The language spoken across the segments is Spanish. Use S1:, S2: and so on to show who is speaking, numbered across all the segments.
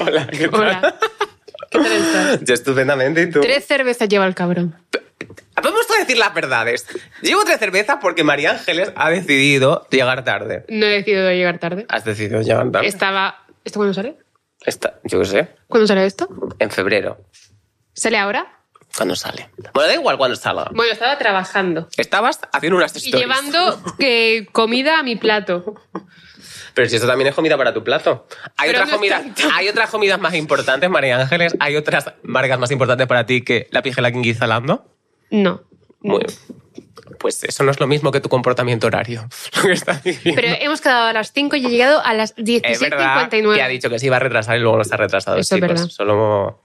S1: Hola, ¿qué tal?
S2: Hola. ¿Qué tal estás?
S1: Yo estupendamente, ¿y tú?
S2: Tres cervezas lleva el cabrón.
S1: Vamos a decir las verdades. Llevo tres cervezas porque María Ángeles ha decidido llegar tarde.
S2: No he decidido llegar tarde.
S1: ¿Has decidido llegar tarde?
S2: Estaba. ¿Esto cuándo sale?
S1: Está- yo qué sé,
S2: ¿Cuándo sale esto?
S1: en febrero,
S2: ¿Sale ahora?
S1: cuando sale. Bueno, da igual cuando salga.
S2: Bueno, estaba trabajando.
S1: Estabas haciendo unas
S2: Y
S1: stories.
S2: llevando eh, comida a mi plato.
S1: Pero si esto también es comida para tu plato. Hay
S2: Pero
S1: otras,
S2: no es
S1: comidas, hay otras comidas más importantes, María Ángeles. Hay otras marcas más importantes para ti que la pijela quinguizalando.
S2: No.
S1: Muy Pues eso no es lo mismo que tu comportamiento horario. Lo que está diciendo.
S2: Pero hemos quedado a las 5 y he llegado a las
S1: es verdad que ha
S2: 16.59.
S1: dicho que se iba a retrasar y luego no se ha retrasado.
S2: Eso es
S1: chicos.
S2: verdad.
S1: Solo,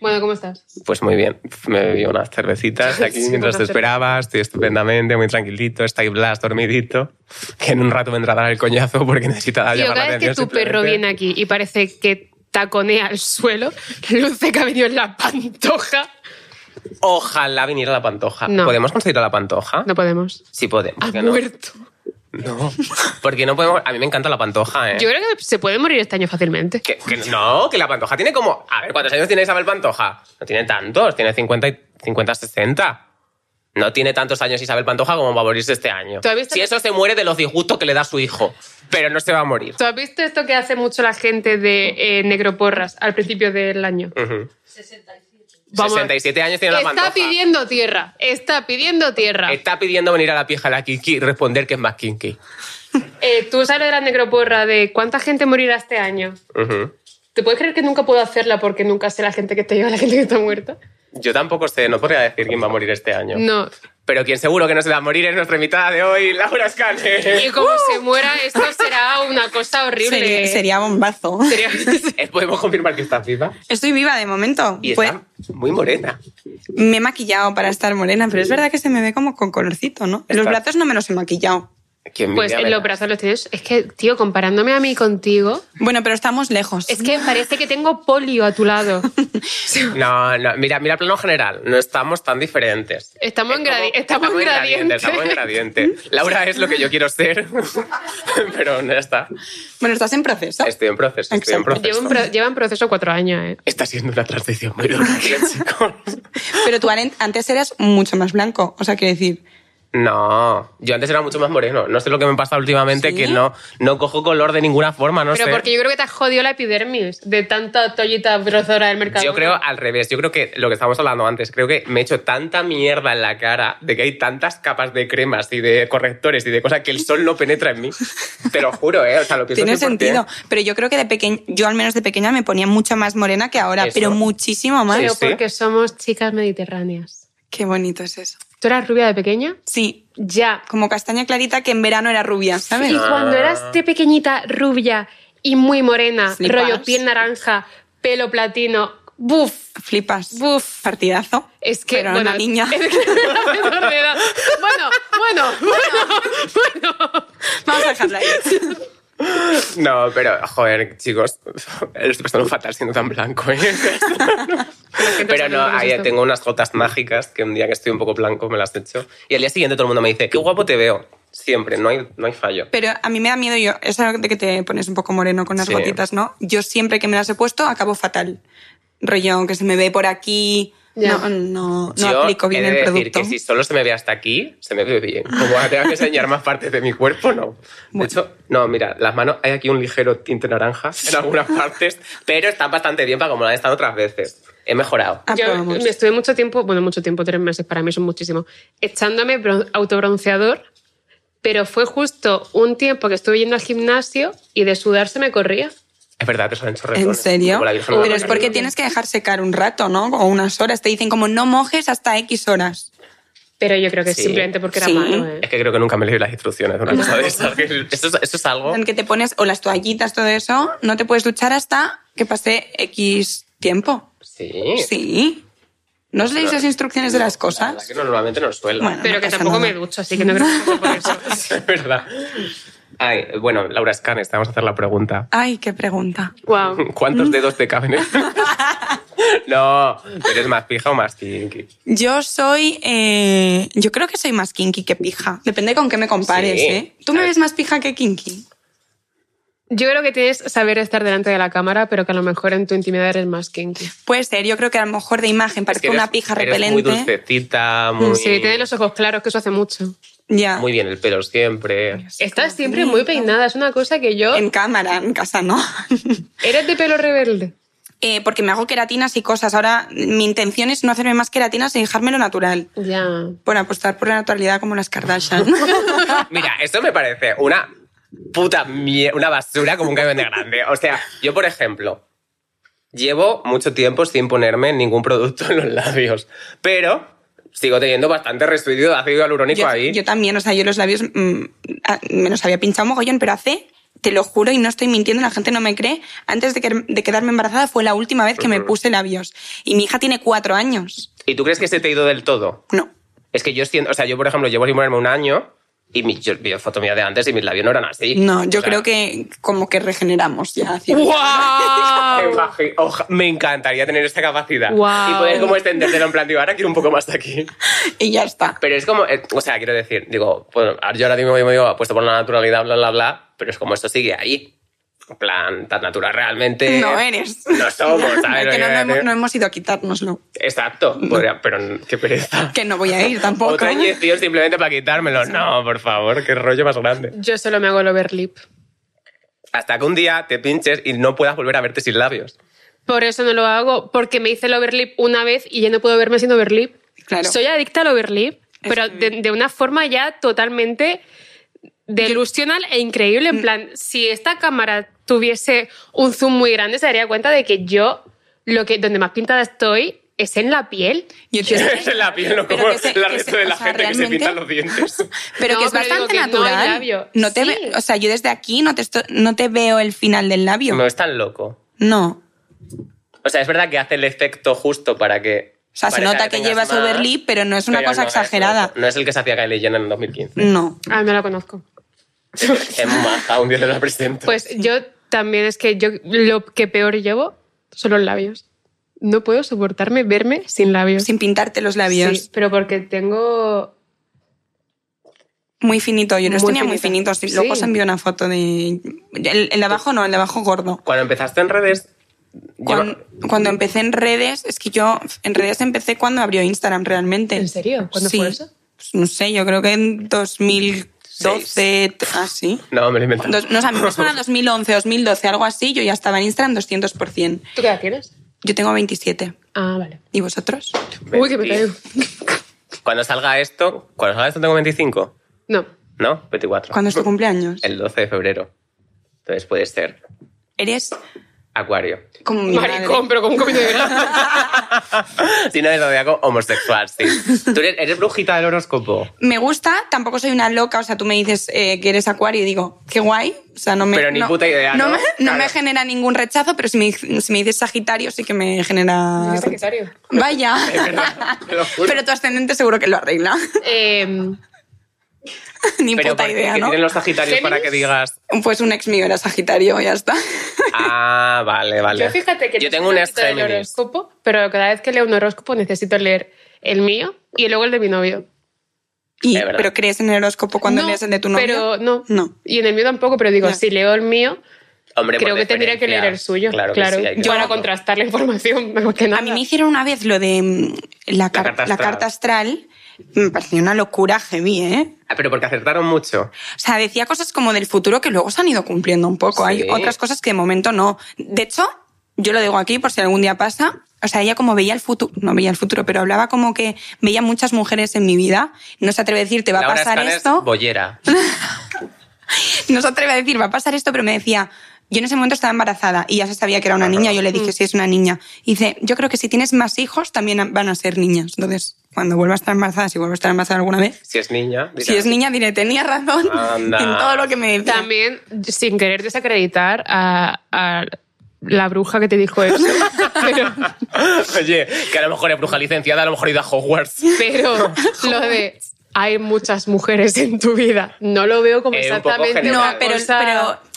S2: Bueno, ¿cómo estás?
S1: pues muy bien. Me bebí unas cervecitas aquí
S2: Sí,
S1: mientras te
S2: unas cervezas.
S1: esperaba. Estoy estupendamente, muy tranquilito. Está ahí Blas dormidito. Que en un rato vendrá a dar el coñazo porque necesita
S2: Tío,
S1: llamar la
S2: cada vez
S1: atención.
S2: que tu perro
S1: simplemente.
S2: viene aquí y parece que taconea al suelo, luce que ha venido en la pantoja.
S1: Ojalá viniera la pantoja.
S2: No.
S1: ¿Podemos conseguir a la pantoja?
S2: No podemos.
S1: Sí podemos.
S2: Ha
S1: ¿por qué no?
S2: muerto.
S1: No. Porque no podemos. A mí me encanta la pantoja, ¿eh?
S2: Yo creo que se puede morir este año fácilmente.
S1: Que, que no, que la pantoja tiene como. A ver, ¿cuántos años tiene Isabel Pantoja? No tiene tantos, tiene 50, y- 50 60. No tiene tantos años Isabel Pantoja como va a morirse este año.
S2: ¿Tú has visto
S1: Si
S2: que-
S1: eso se muere de los disgustos que le da a su hijo, pero no se va a morir.
S2: ¿Tú has visto esto que hace mucho la gente de eh, Negroporras al principio del año?
S1: Ujú.
S2: Vamos a ver.
S1: 67 años tiene la Eh,
S2: Está
S1: pantoja.
S2: pidiendo tierra, está pidiendo tierra.
S1: Está pidiendo venir a la pija la Kiki y responder que es más kinky.
S2: Eh, Tú sabes lo de la Negroporra, de cuánta gente morirá este año.
S1: Ujú.
S2: ¿Te puedes creer que nunca puedo hacerla porque nunca sé la gente que está viva y la gente que está muerta?
S1: Yo tampoco sé, no podría decir quién va a morir este año.
S2: No.
S1: Pero quien seguro que no se va a morir es nuestra invitada de hoy, Laura Scane.
S2: Y como se muera, esto será una cosa horrible.
S3: Sería, sería bombazo.
S2: Sería-
S1: Eh, Podemos confirmar que está viva.
S3: Estoy viva de momento.
S1: Y
S3: Pues,
S1: está muy morena.
S3: me he maquillado para estar morena, pero es verdad que se me ve como con colorcito, ¿no? Los
S1: Está-
S3: brazos no me los he maquillado.
S1: Qué envidia
S2: Pues
S1: me
S2: en
S1: da.
S2: los brazos los tienes. Es que, tío, comparándome a mí contigo,
S3: Bueno, pero estamos lejos.
S2: es que parece que tengo polio a tu lado.
S1: No, no, mira, mira, plano general, no estamos tan diferentes.
S2: Estamos, en,
S1: Como-
S2: gradi- estamos en gradiente.
S1: Estamos en gradiente. Laura es lo que yo quiero ser, pero no está.
S3: Bueno, estás en proceso.
S1: Estoy en proceso, estoy en
S3: Exacto.
S1: proceso.
S2: Lleva en pro- lleva en proceso cuatro años, ¿eh?
S1: Está siendo una transición muy dura, chicos.
S3: Pero tú aren- antes eras mucho más blanco. O sea, quiero decir,
S1: No, yo antes era mucho más moreno. No sé lo que me pasa últimamente,
S3: ¿Sí?
S1: que no, no cojo color de ninguna forma, no
S2: Pero
S1: sé.
S2: porque yo creo que te has jodido la epidermis de tanta toallita brozora del mercado.
S1: Yo creo al revés, yo creo que lo que estábamos hablando antes, creo que me he hecho tanta mierda en la cara de que hay tantas capas de cremas y de correctores y de cosas que el sol no penetra en mí. Te lo juro, ¿eh? O sea, lo pienso
S3: tiene
S1: 100%.
S3: sentido. Pero yo creo que de pequeña, yo al menos de pequeña me ponía mucho más morena que ahora,
S1: Eso.
S3: pero muchísimo más.
S2: Pero
S1: Sí, sí.
S2: porque somos chicas mediterráneas.
S3: Qué bonito es eso.
S2: ¿Tú eras rubia de pequeña?
S3: Sí,
S2: Ya.
S3: como castaña clarita que en verano era rubia, ¿sabes?
S2: Y cuando eras de pequeñita, rubia y muy morena,
S3: Flipas.
S2: rollo piel naranja, pelo platino, buf,
S3: Flipas.
S2: buf.
S3: Partidazo.
S2: Es que,
S3: Pero
S2: bueno,
S3: una niña.
S2: es que era menor de edad. Bueno, bueno, bueno, bueno.
S3: Vamos a dejarla ahí.
S1: No, pero, joder, chicos, lo estoy pasando fatal siendo tan blanco, ¿eh? Pero no, ahí tengo unas gotas mágicas que un día que estoy un poco blanco me las echo. Y al día siguiente todo el mundo me dice, qué guapo te veo. Siempre, no hay, no hay fallo.
S3: Pero a mí me da miedo yo, esa de que te pones un poco moreno con las
S1: Sí.
S3: gotitas, ¿no? Yo siempre que me las he puesto acabo fatal. Rollo, que se me ve por aquí.
S2: Ya.
S3: No, no, no
S1: Yo
S3: aplico bien
S1: he de
S3: el
S1: decir
S3: producto.
S1: que si solo se me ve hasta aquí, se me ve bien. Como ahora tengo que enseñar más partes de mi cuerpo, no. De
S3: Bueno.
S1: hecho, no, mira, las manos, hay aquí un ligero tinte naranja en algunas partes, pero están bastante bien para como la han estado otras veces. He mejorado.
S2: Yo
S3: Aprobamos.
S2: me estuve mucho tiempo, bueno, mucho tiempo, tres meses para mí son muchísimos, echándome bron- autobronceador, pero fue justo un tiempo que estuve yendo al gimnasio y de sudar se me corría.
S1: Es verdad, te salen chorretones.
S3: ¿En serio?
S1: Como la Virgen de la
S3: Pero es
S1: Macarena.
S3: porque tienes que dejar secar un rato, ¿no? O unas horas. Te dicen como no mojes hasta X horas.
S2: Pero yo creo que es
S1: Sí.
S2: simplemente porque era
S3: Sí.
S2: malo, ¿eh?
S1: Es que creo que nunca me leí las instrucciones de una cosa de esas. Esto es, esto es algo...
S3: En que te pones, o las toallitas, todo eso, no te puedes duchar hasta que pase X tiempo.
S1: Sí.
S3: Sí. ¿No os leéis las instrucciones de las
S1: La verdad
S3: cosas?
S1: que normalmente no suelo.
S3: Bueno.
S2: Pero
S3: no
S2: que
S3: pasa
S2: tampoco
S3: nada.
S2: me ducho, así que no creo que sea por eso.
S1: Es verdad. Ay, bueno, Laura Scanes, te vamos a hacer la pregunta.
S3: Ay, qué pregunta.
S2: Wow.
S3: Mm.
S1: ¿Cuántos dedos te caben? en- no, ¿eres más pija o más kinky?
S3: Yo soy. eh, yo creo que soy más kinky que pija. Depende con qué me compares,
S1: Sí.
S3: ¿eh? ¿Tú me ves más pija que kinky?
S2: Yo creo que tienes saber estar delante de la cámara, pero que a lo mejor en tu intimidad eres más kinky.
S3: Puede ser, yo creo que a lo mejor de imagen
S1: Es
S3: parece
S1: que eres-
S3: una pija
S1: eres
S3: repelente.
S1: Muy
S3: Mm,
S1: dulcecita, muy.
S2: Sí, tiene los ojos claros, que eso hace mucho.
S3: Ya.
S1: Muy bien el pelo siempre.
S2: Estás siempre muy peinada, es una cosa que yo...
S3: En cámara, en casa no.
S2: ¿Eres de pelo rebelde?
S3: Eh, porque me hago queratinas y cosas. Ahora mi intención es no hacerme más queratinas y dejármelo natural.
S2: Ya.
S3: Por apostar por la naturalidad como las Kardashian.
S1: Mira, esto me parece una puta mierda, una basura como un camión de grande. O sea, yo, por ejemplo, llevo mucho tiempo sin ponerme ningún producto en los labios, pero sigo teniendo bastante residuo de ácido hialurónico
S3: yo,
S1: ahí.
S3: yo también, o sea, yo los labios mm, a- me los había pinchado mogollón, pero hace, te lo juro y no estoy mintiendo, la gente no me cree, antes de, que- de quedarme embarazada fue la última vez que me puse labios. Y mi hija tiene cuatro años.
S1: ¿Y tú crees que se te ha ido del todo?
S3: No.
S1: Es que yo siento, o sea, yo, por ejemplo, llevo sin ponerme un año y mi, yo vi foto mía de antes y mis labios no eran así.
S3: No, yo
S1: O sea,
S3: creo que como que regeneramos ya.
S1: me
S2: ¡Wow!
S1: imagi- oja- me encantaría tener esta capacidad
S2: Guau.
S1: y poder como extendértelo en plan, digo, ahora quiero un poco más de aquí.
S3: Y ya está.
S1: Pero es como, eh, o sea, quiero decir, digo, bueno, ahora- yo ahora mismo me digo, puesto por la naturalidad, bla, bla, bla, pero es como esto sigue ahí. En plan, tan natural realmente.
S3: no eres.
S1: No somos, ¿sabes?
S3: Es
S1: lo
S3: que
S1: que
S3: no,
S1: quiero
S3: no hemos,
S1: decir?
S3: no hemos ido a quitárnoslo.
S1: Exacto, podría- pero n- qué pereza.
S3: Que no voy a ir tampoco.
S1: Otra inyección simplemente para quitármelo. No, por favor, qué rollo más grande.
S2: Yo solo me hago el overlip.
S1: Hasta que un día te pinches y no puedas volver a verte sin labios.
S2: Por eso no lo hago, porque me hice el overlip una vez y ya no puedo verme sin overlip.
S3: Claro.
S2: Soy adicta al overlip, pero de, de una forma ya totalmente delusional e increíble. En plan, si esta cámara tuviese un zoom muy grande, se daría cuenta de que yo, lo que, donde más pintada estoy, es en la piel.
S3: Y yo-
S1: en la piel, no
S3: Pero
S1: como
S3: que se-
S1: la
S3: que
S1: resto
S3: se-
S1: de la
S3: o sea,
S1: gente que se
S3: realmente-
S1: pinta los dientes.
S3: Pero
S2: No,
S3: que es
S2: pero digo
S3: bastante
S2: que no hay
S3: natural.
S2: labio.
S3: No te
S2: Sí.
S3: ve- o sea, yo desde aquí no te, esto- no te veo el final del labio.
S1: No es tan loco.
S3: No.
S1: O sea, es verdad que hace el efecto justo para que.
S3: O sea, se
S1: parezca
S3: nota que
S1: tengas
S3: llevas
S1: más,
S3: overlip, pero no es una
S1: pero
S3: cosa
S1: no
S3: exagerada.
S1: loco. no es el que se hacía Kylie Jenner en 2015.
S3: No.
S2: Ah, no la conozco.
S1: es maja, un día te la presento.
S2: Pues yo también es que yo lo que peor llevo son los labios. No puedo soportarme verme sin labios.
S3: Sin pintarte los labios.
S2: Sí, pero porque tengo
S3: Muy finito. Yo los
S2: Muy
S3: tenía muy
S2: finito.
S3: finitos. Y luego
S2: Sí.
S3: se envió una foto de. El, el de abajo no, el de abajo gordo.
S1: Cuando empezaste en redes.
S3: Cuan-
S1: lleva-
S3: Cuando, empecé en redes, es que yo en redes empecé cuando abrió Instagram realmente.
S2: ¿En serio? ¿Cuándo
S3: Sí.
S2: fue eso?
S3: Pues no sé, yo creo que en 2012, así.
S1: No, me lo inventé.
S3: Dos- no, o sea, a mí me suena 2011, 2012, algo así. Yo ya estaba en Instagram 200%.
S2: ¿Tú qué edad tienes?
S3: Yo tengo 27.
S2: Ah, vale.
S3: ¿Y vosotros?
S2: Uy, que me caigo.
S1: Cuando salga esto. Cuando salga esto tengo 25.
S2: No.
S1: ¿No? 24.
S3: ¿Cuándo es tu cumpleaños?
S1: El 12 de febrero. Entonces puede ser
S3: Eres
S1: Acuario.
S3: como mi
S2: Maricón,
S3: madre.
S2: pero con un comité de grasa.
S1: Si no eres zodiaco, homosexual, sí. ¿Tú eres, eres brujita del horóscopo?
S3: Me gusta, tampoco soy una loca. O sea, tú me dices eh, que eres acuario y digo, qué guay. O sea, no me.
S1: Pero ni puta idea, ¿no?
S3: me,
S1: Claro.
S3: me genera ningún rechazo, pero si me, si me dices sagitario sí que me genera.
S2: Soy sagitario.
S3: Vaya.
S1: verdad, te lo juro.
S3: pero tu ascendente seguro que lo arregla.
S2: Eh,
S3: ni
S1: Pero
S3: puta
S1: ¿por qué?
S3: idea,
S1: ¿Qué
S3: ¿no?
S1: tienen los sagitarios para que
S2: Géminis.
S1: digas
S3: Pues un ex mío era sagitario, ya está.
S1: Ah, vale, vale.
S2: Yo fíjate que
S1: Yo
S2: no
S1: tengo
S2: soy
S1: un
S2: muy
S1: ex
S2: del
S1: Géminis.
S2: horóscopo, pero cada vez que leo un horóscopo necesito leer el mío y luego el de mi novio.
S3: Y-
S1: Es verdad.
S3: pero crees en el horóscopo cuando
S2: No,
S3: lees el de tu novio.
S2: Pero no.
S3: No.
S2: Y en el mío tampoco, pero digo,
S3: Ya.
S2: si leo el mío,
S1: Hombre, por
S2: creo que tendría que
S1: diferencia.
S2: leer el suyo. Claro,
S1: que sí, hay que
S2: yo para
S1: leerlo.
S2: contrastar la información, mejor que nada.
S3: A mí me hicieron una vez lo de mm, la, car-
S1: carta
S3: la
S1: astral.
S3: carta astral. Me pareció una locura heavy, ¿eh?
S1: Ah, pero porque acertaron mucho.
S3: O sea, decía cosas como del futuro que luego se han ido cumpliendo un poco. Hay
S1: Sí.
S3: otras cosas que de momento no. De hecho, yo lo digo aquí por si algún día pasa. O sea, ella como veía el futuro, no veía el futuro, pero hablaba como que veía muchas mujeres en mi vida. No se atreve a decir, te va a
S1: Laura
S3: pasar
S1: Escanes,
S3: esto.
S1: Bollera.
S3: No se atreve a decir, va a pasar esto, pero me decía, yo en ese momento estaba embarazada y ya se sabía que era una niña. Yo le dije, sí, es una niña. Y dice, yo creo que si tienes más hijos también van a ser niñas. Entonces, cuando vuelva a estar embarazada, si vuelvo a estar embarazada alguna vez,
S1: Si es niña. dirá,
S3: si es niña, diré, tenía razón
S1: Anda.
S3: en todo lo que me decía.
S2: También, sin querer desacreditar a, a la bruja que te dijo eso, pero,
S1: Oye, que a lo mejor es bruja licenciada, a lo mejor ha ido a Hogwarts.
S2: pero lo de hay muchas mujeres en tu vida, no lo veo como
S1: Eh, un poco
S2: exactamente
S1: general.
S3: No,
S2: una
S3: pero,
S2: cosa
S3: pero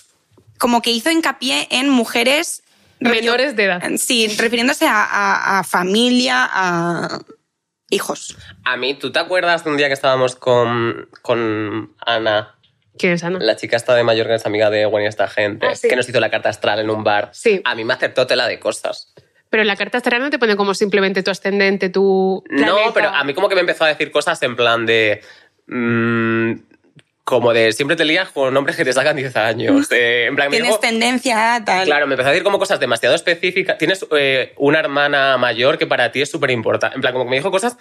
S3: como que hizo hincapié en mujeres
S2: menores de edad.
S3: Sí, refiriéndose a, a- a familia, a hijos.
S1: A mí, ¿tú te acuerdas de un día que estábamos con, con Ana
S2: ¿Quién es Ana?
S1: La chica está de Mallorca es amiga de Gwen y esta gente,
S2: Ah, sí.
S1: que nos hizo la carta astral en un bar.
S2: Sí.
S1: A mí me acertó tela de cosas.
S2: Pero en la carta astral no te pone como simplemente tu ascendente, tu...
S1: No, pero a mí como que me empezó a decir cosas en plan de... mm, como de siempre te lías con nombres que te sacan 10 años. eh, en plan, me
S3: Tienes
S1: dijo-
S3: tendencia a tal.
S1: Claro, me empezó a decir como cosas demasiado específicas. Tienes eh, una hermana mayor que para ti es súper importante. En plan, como que me dijo cosas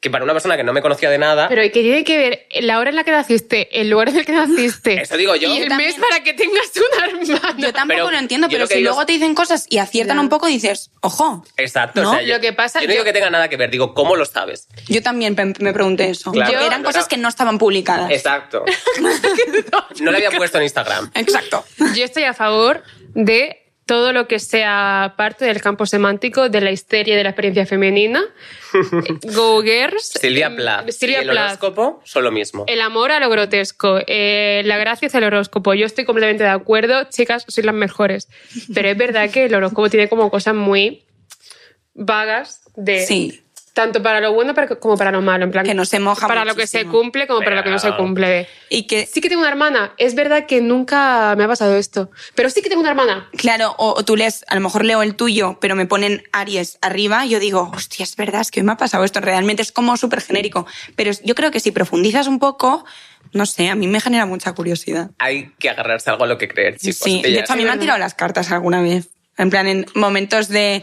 S1: que para una persona que no me conocía de nada...
S2: Pero ¿y qué tiene que ver la hora en la que naciste, el lugar en el que naciste?
S1: Eso digo yo.
S2: Y el
S3: Yo
S2: mes
S3: también.
S2: para que tengas un
S3: Yo
S2: hermano.
S3: tampoco
S1: pero
S3: lo entiendo,
S1: yo
S3: pero
S1: lo que
S3: si
S1: digo
S3: luego
S1: es-
S3: te dicen cosas y aciertan
S2: Ya.
S3: un poco, dices, ojo.
S1: Exacto.
S3: No,
S1: o sea, yo,
S2: lo que pasa-
S1: yo no digo
S2: yo-
S1: que tenga nada que ver, digo, ¿cómo lo sabes?
S3: Yo también pe- me pregunté eso.
S1: Claro.
S3: Porque eran
S1: Yo-
S3: cosas que no estaban publicadas.
S1: Exacto. no lo había puesto en Instagram.
S3: Exacto.
S2: Yo estoy a favor de todo lo que sea parte del campo semántico, de la histeria y de la experiencia femenina. Go Girls.
S1: Silvia
S2: eh,
S1: Plath.
S2: Silvia
S1: y el
S2: Plath. Eh,
S1: horóscopo son lo mismo.
S2: El amor a lo grotesco, eh, la gracia es el horóscopo. Yo estoy completamente de acuerdo, chicas, sois las mejores. Pero es verdad que el horóscopo tiene como cosas muy vagas de
S1: Eh,
S3: Sí.
S2: tanto para lo bueno para- como para lo malo, en plan
S3: Que no se moja
S2: para lo que se
S3: muchísimo.
S2: cumple como para lo que no se
S1: Pero-
S2: cumple. de,
S3: Y que,
S2: Sí que tengo una hermana, es verdad que nunca me ha pasado esto, pero sí que tengo una hermana.
S3: claro, o, o tú lees, a lo mejor leo el tuyo, pero me ponen Aries arriba, yo digo, hostia, es verdad, es que hoy me ha pasado esto. Realmente es como súper genérico. Pero yo creo que si profundizas un poco, no sé, a mí me genera mucha curiosidad.
S1: Hay que agarrarse algo a lo pues que creer, chicos.
S3: sí, de
S1: Ellas-
S3: hecho a mí me han tirado las cartas alguna vez. En plan, en momentos de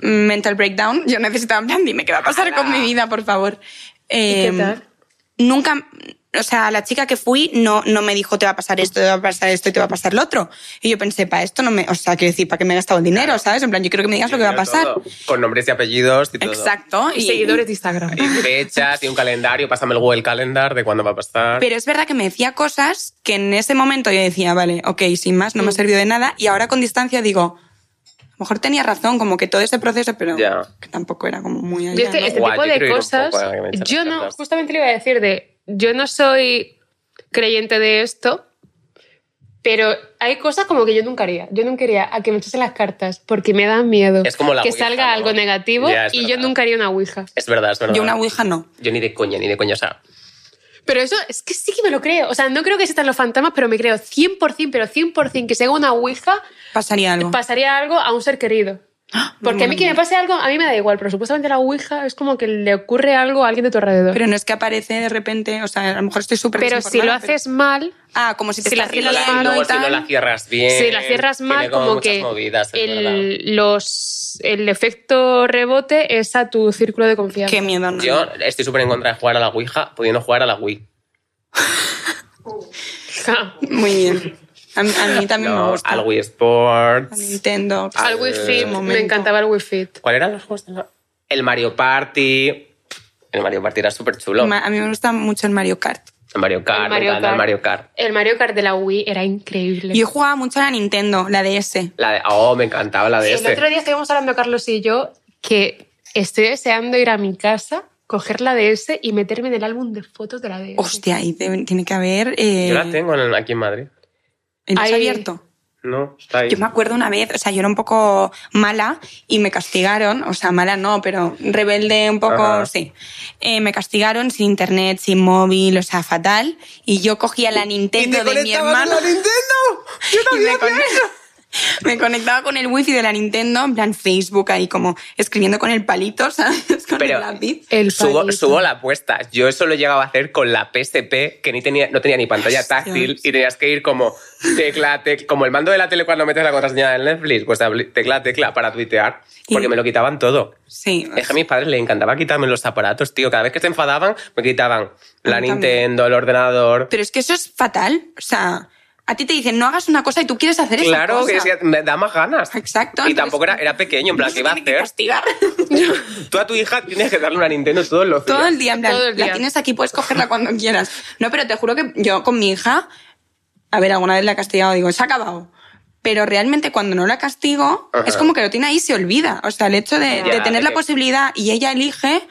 S3: mental breakdown, yo necesitaba, en plan, dime qué va a pasar con mi vida, por favor.
S2: qué
S3: Eh,
S2: tal?
S3: Nunca, o sea, la chica que fui no, no me dijo, te va a pasar esto, te va a pasar esto y te va a pasar lo otro. Y yo pensé, para esto no me, o sea, quiero decir, para qué me he gastado el dinero, ¿sabes? En plan, yo quiero que me digas lo que va a pasar.
S1: Todo, Con nombres y apellidos y todo.
S3: Exacto.
S2: Y seguidores de Instagram.
S1: Y fechas y un calendario. Pásame el Google Calendar de cuándo va a pasar.
S3: Pero es verdad que me decía cosas que en ese momento yo decía, vale, ok, sin más,
S2: Mm.
S3: no me ha servido de nada. Y ahora con distancia digo, a lo mejor tenía razón, como que todo ese proceso, pero
S1: Ya.
S3: que tampoco era como muy allá.
S2: Yo es que
S3: ¿no?
S2: este
S1: Guau,
S2: tipo
S1: yo
S2: de
S1: quiero ir un
S2: cosas,
S1: poco a que me echen
S2: yo
S1: las
S2: no,
S1: cartas.
S2: justamente le iba a decir de, yo no soy creyente de esto, pero hay cosas como que yo nunca haría. Yo nunca haría a que me echasen las cartas porque me da miedo
S1: Es como la
S2: que
S1: ouija,
S2: salga
S1: ¿no?
S2: algo negativo
S1: Ya, es
S2: y yo
S1: verdad.
S2: nunca haría una ouija.
S1: Es verdad, es verdad.
S3: Yo una ouija no.
S1: Yo ni de coña, ni de coña. O sea,
S2: Pero eso es que sí que me lo creo. O sea, no creo que existan los fantasmas, pero me creo 100%, pero 100% que si hago una ouija
S3: Pasaría algo.
S2: pasaría algo a un ser querido. Porque a mí que me pase algo, a mí me da igual, pero supuestamente la ouija es como que le ocurre algo a alguien de tu alrededor.
S3: pero no es que aparece de repente, o sea, a lo mejor estoy súper
S2: Pero si lo
S3: desinformada, pero-
S2: haces mal,
S3: Ah, como si te
S2: si la
S3: estás
S1: si no
S2: cierras
S1: la,
S2: mal
S3: riendo
S1: luego
S3: y
S1: si no
S3: tal.
S1: la cierras bien.
S2: si la cierras
S1: Eh, tiene
S2: mal, como,
S1: muchas
S2: que
S1: movidas, es verdad.
S2: el, los, el efecto rebote es a tu círculo de confianza.
S3: Qué miedo, ¿no?
S1: Yo estoy súper en contra de jugar a la Ouija, pudiendo jugar a la Wii.
S2: Ja.
S3: Muy bien. A, mí- a mí también me
S1: No,
S3: gusta.
S1: al Wii
S3: A
S1: Sports.
S3: Nintendo.
S2: Al Wii Fit, me
S3: momento.
S2: encantaba el Wii Fit.
S1: ¿Cuál eran los juegos? de la- El Mario Party. El Mario Party era súper chulo.
S3: Ma- A mí me gusta mucho el Mario Kart.
S1: el Mario Kart,
S2: El
S1: el
S2: Mario
S1: Mario,
S2: Kart.
S1: El Mario Kart.
S2: El Mario Kart de la Wii era increíble.
S3: Yo jugaba mucho a la Nintendo, la DS.
S1: La de, oh, me encantaba la de
S2: el
S1: ese.
S2: otro día estuvimos hablando, Carlos y yo, que estoy deseando ir a mi casa, coger la DS y meterme en el álbum de fotos de la DS.
S3: Hostia, ahí te- tiene que haber. eh,
S1: Yo la tengo en el- aquí en Madrid.
S3: ¿En
S2: Ahí.
S3: abierto?
S1: No, está ahí.
S3: Yo me acuerdo una vez, o sea, yo era un poco mala y me castigaron, o sea, mala no, pero rebelde un poco,
S1: Ajá.
S3: sí. Eh, me castigaron sin internet, sin móvil, o sea, fatal. Y yo cogía la Nintendo de mi hermano.
S1: Nintendo! ¡Yo
S3: y me, con- me conectaba con el wifi de la Nintendo, en plan Facebook, ahí como escribiendo con el palito, ¿sabes? Con
S1: Pero-
S3: el lápiz.
S2: El
S1: Subo,
S2: palito.
S1: subo la apuesta. Yo eso lo llegaba a hacer con la PSP, que ni tenía, no tenía ni pantalla
S3: Hostia.
S1: táctil y tenías que ir como tecla, tecla, como el mando de la tele cuando metes la contraseña del Netflix, pues abri- tecla, tecla para tuitear,
S3: Y-
S1: porque me lo quitaban todo.
S3: Sí.
S1: Es que a mis padres les encantaba quitarme los aparatos, tío. Cada vez que se enfadaban, me quitaban
S3: A
S1: la
S3: mí también.
S1: Nintendo, el ordenador.
S3: Pero es que eso es fatal. O sea, a ti te dicen, no hagas una cosa y tú quieres hacer esa
S1: Claro, que
S3: cosa.
S1: es que me da más ganas.
S3: Exacto.
S1: Y tampoco era, era pequeño, en plan, ¿qué iba a
S3: Tiene que
S1: hacer?
S3: castigar.
S1: Tú a tu hija tienes que darle una Nintendo todos los días.
S3: Todo el día, en plan,
S2: Todo el día.
S3: la tienes aquí, puedes cogerla cuando quieras. No, pero te juro que yo con mi hija, a ver, alguna vez la he castigado, digo, se ha acabado. Pero realmente cuando no la castigo,
S1: Ajá.
S3: es como que lo tiene ahí y se olvida. O sea, el hecho de,
S1: Ya,
S3: de tener
S1: de
S3: la
S1: que-
S3: posibilidad y ella elige,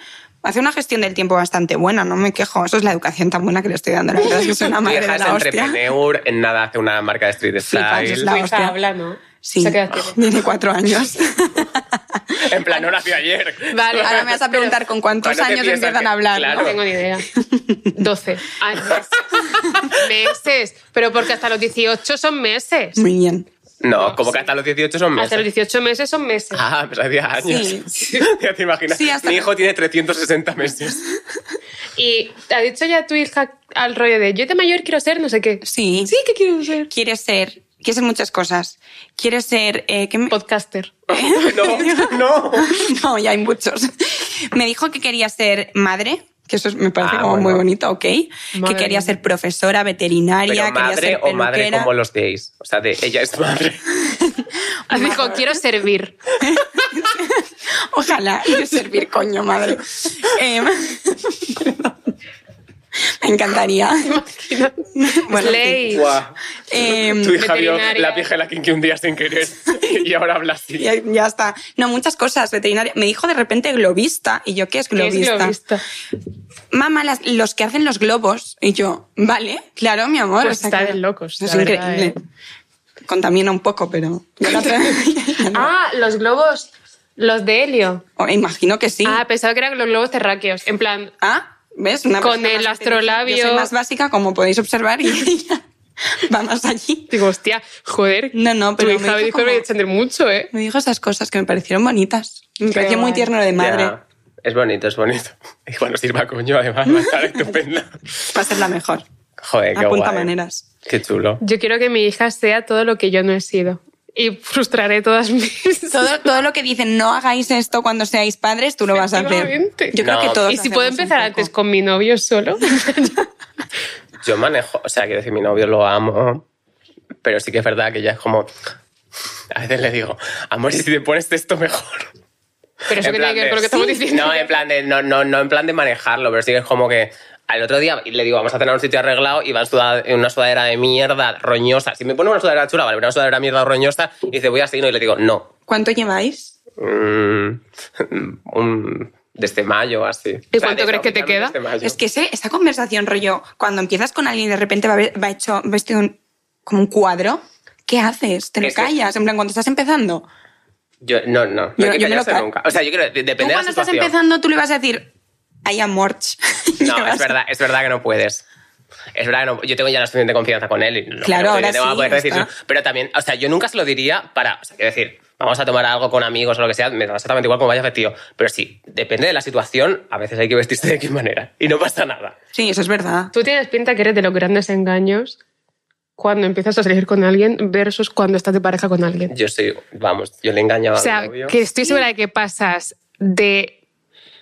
S3: hace una gestión del tiempo bastante buena, no me quejo. Eso es la educación tan buena que le estoy dando. La verdad es que es una
S1: Mi
S3: madre
S1: hija
S3: de
S1: es
S3: la hostia.
S1: entrepreneur, en nada hace una marca de street
S3: Flipas, es
S1: style.
S3: la
S2: Tu hija
S3: hostia.
S2: habla, ¿no?
S3: Sí,
S2: Se ha quedado ciego.
S3: tiene cuatro años.
S1: En plan, no nació ayer.
S2: Vale,
S3: Ahora me vas a preguntar con cuántos
S1: Cuando te
S3: años
S1: piensas
S3: empiezan
S1: que-
S3: a hablar. ¿no?
S1: claro.
S2: No tengo ni idea. 12 años. Ah, meses. Pero porque hasta los 18 son meses.
S3: Muy bien.
S1: No, como que hasta los 18 son meses.
S2: Hasta los 18 meses son meses.
S1: Ah, pues hacía años.
S3: Sí.
S1: ya te imaginas.
S3: Sí, hasta-
S1: Mi hijo tiene 360 meses.
S2: Y te ha dicho ya tu hija al rollo de yo de mayor quiero ser no sé qué.
S3: Sí.
S2: Sí, ¿qué quiero ser?
S3: Quieres ser, quieres ser muchas cosas. Quieres ser... eh, ¿qué me-
S2: Podcaster.
S1: no, no.
S3: no, ya hay muchos. Me dijo que quería ser madre, que eso es- me parece
S1: Ah,
S3: como muy
S1: bueno.
S3: bonito, ok.
S2: Madre
S3: que quería
S2: mía.
S3: ser profesora, veterinaria,
S1: Pero
S3: quería
S1: madre
S3: ser
S1: o madre
S3: peluquera.
S1: como los gays. O sea, de ella es madre.
S2: Dijo, quiero servir.
S3: Ojalá, y de servir coño, madre. Em, me encantaría. Bueno, en fin.
S2: Slay.
S1: Guau.
S3: Em,
S1: Tu hija vio
S2: veterinaria.
S1: la pija de la Kinky un día sin querer y ahora habla así.
S3: Ya, ya está. No, muchas cosas. Veterinaria. Me dijo de repente globista. ¿Y yo qué es
S2: ¿Qué es
S3: globista?
S2: globista?
S3: Mamá, las- los que hacen los globos. Y yo, vale, claro, mi amor.
S2: Pues está
S3: que-
S2: de locos,
S3: Es
S2: la verdad, eh.
S3: increíble. Contamina un poco, pero.
S2: Ah, los globos. Los de helio.
S3: O- Imagino que sí.
S2: Ah, pensaba que eran los globos terráqueos. En plan,
S3: Ah, ¿ves? Una
S2: Con
S3: persona
S2: el
S3: más
S2: astrolabio.
S3: inteligente. Yo soy más básica, como podéis observar, y ella va más allí.
S2: digo, hostia, joder.
S3: No, no, pero
S2: Tu
S3: me
S2: hija me
S3: dijo
S2: dijo que
S3: como-
S2: voy a entender mucho, ¿eh?
S3: Me dijo esas cosas que me parecieron bonitas. Me
S2: Qué
S3: pareció
S2: guay.
S3: muy tierno lo de madre.
S1: Ya. Es bonito, es bonito. Y cuando sirva coño, además, va a estar estupenda.
S3: Va a ser la mejor.
S1: Joder, Eh, qué
S3: Apunta
S1: guay.
S3: maneras.
S1: Qué chulo.
S2: Yo quiero que mi hija sea todo lo que yo no he sido. Y frustraré todas mis...
S3: Todo, todo lo que dicen, no hagáis esto cuando seáis padres, tú lo vas a hacer.
S2: Efectivamente.
S3: Yo creo
S1: No.
S3: que todos
S2: Y si puedo
S3: hacemos un
S2: empezar
S3: poco.
S2: antes con mi novio solo.
S1: Yo manejo, o sea, quiero decir, mi novio lo amo, pero sí que es verdad que ya es como. A veces le digo, amor, ¿y si te pones esto mejor?
S2: Pero eso
S1: En
S2: que
S1: plan
S2: tiene que ver
S1: de-
S2: con lo que estamos
S1: Sí.
S2: diciendo.
S1: No, en plan de, no, no, no en plan de manejarlo, pero sí que es como que al otro día le digo, vamos a cenar a un sitio arreglado y va en, suda- en una sudadera de mierda roñosa. Si me pone una sudadera chula, vale, pero una sudadera de mierda roñosa y dice, voy así, no, y le digo, no.
S3: ¿Cuánto lleváis?
S1: Mm, un- desde mayo, así.
S2: ¿Y cuánto crees que te queda?
S3: Es que ese- esa conversación, rollo, cuando empiezas con alguien y de repente va, va hecho vestido un- como un cuadro, ¿qué haces? ¿Te lo
S1: Es que-
S3: callas? En plan, cuando estás empezando.
S1: Yo, no, no, no
S3: Yo-
S1: hay que
S3: yo me lo
S1: callarse
S3: ca-
S1: nunca. O sea, yo creo, de-
S3: Tú
S1: depende de la
S3: cuando estás
S1: situación.
S3: empezando, tú le vas a decir, hay amor. Y le
S1: No,
S3: vas
S1: es
S3: a-
S1: verdad, es verdad que no puedes. Es verdad que no, yo tengo ya la suficiente confianza con él. Y lo que
S3: Claro,
S1: no
S3: ahora
S1: te voy a
S3: sí,
S1: poder
S3: ya
S1: decir,
S3: está.
S1: no. Pero también, o sea, yo nunca se lo diría para, o sea, quiero decir, vamos a tomar algo con amigos o lo que sea, me da exactamente igual como vaya vestido. Pero sí, depende de la situación, a veces hay que vestirse de qué manera. Y no pasa nada.
S3: Sí, eso es verdad.
S2: Tú tienes pinta que eres de los grandes engaños cuando empiezas a salir con alguien versus cuando estás de pareja con alguien.
S1: Yo soy, vamos, yo le engañaba
S2: O sea,
S1: al novio.
S2: que estoy segura de que pasas de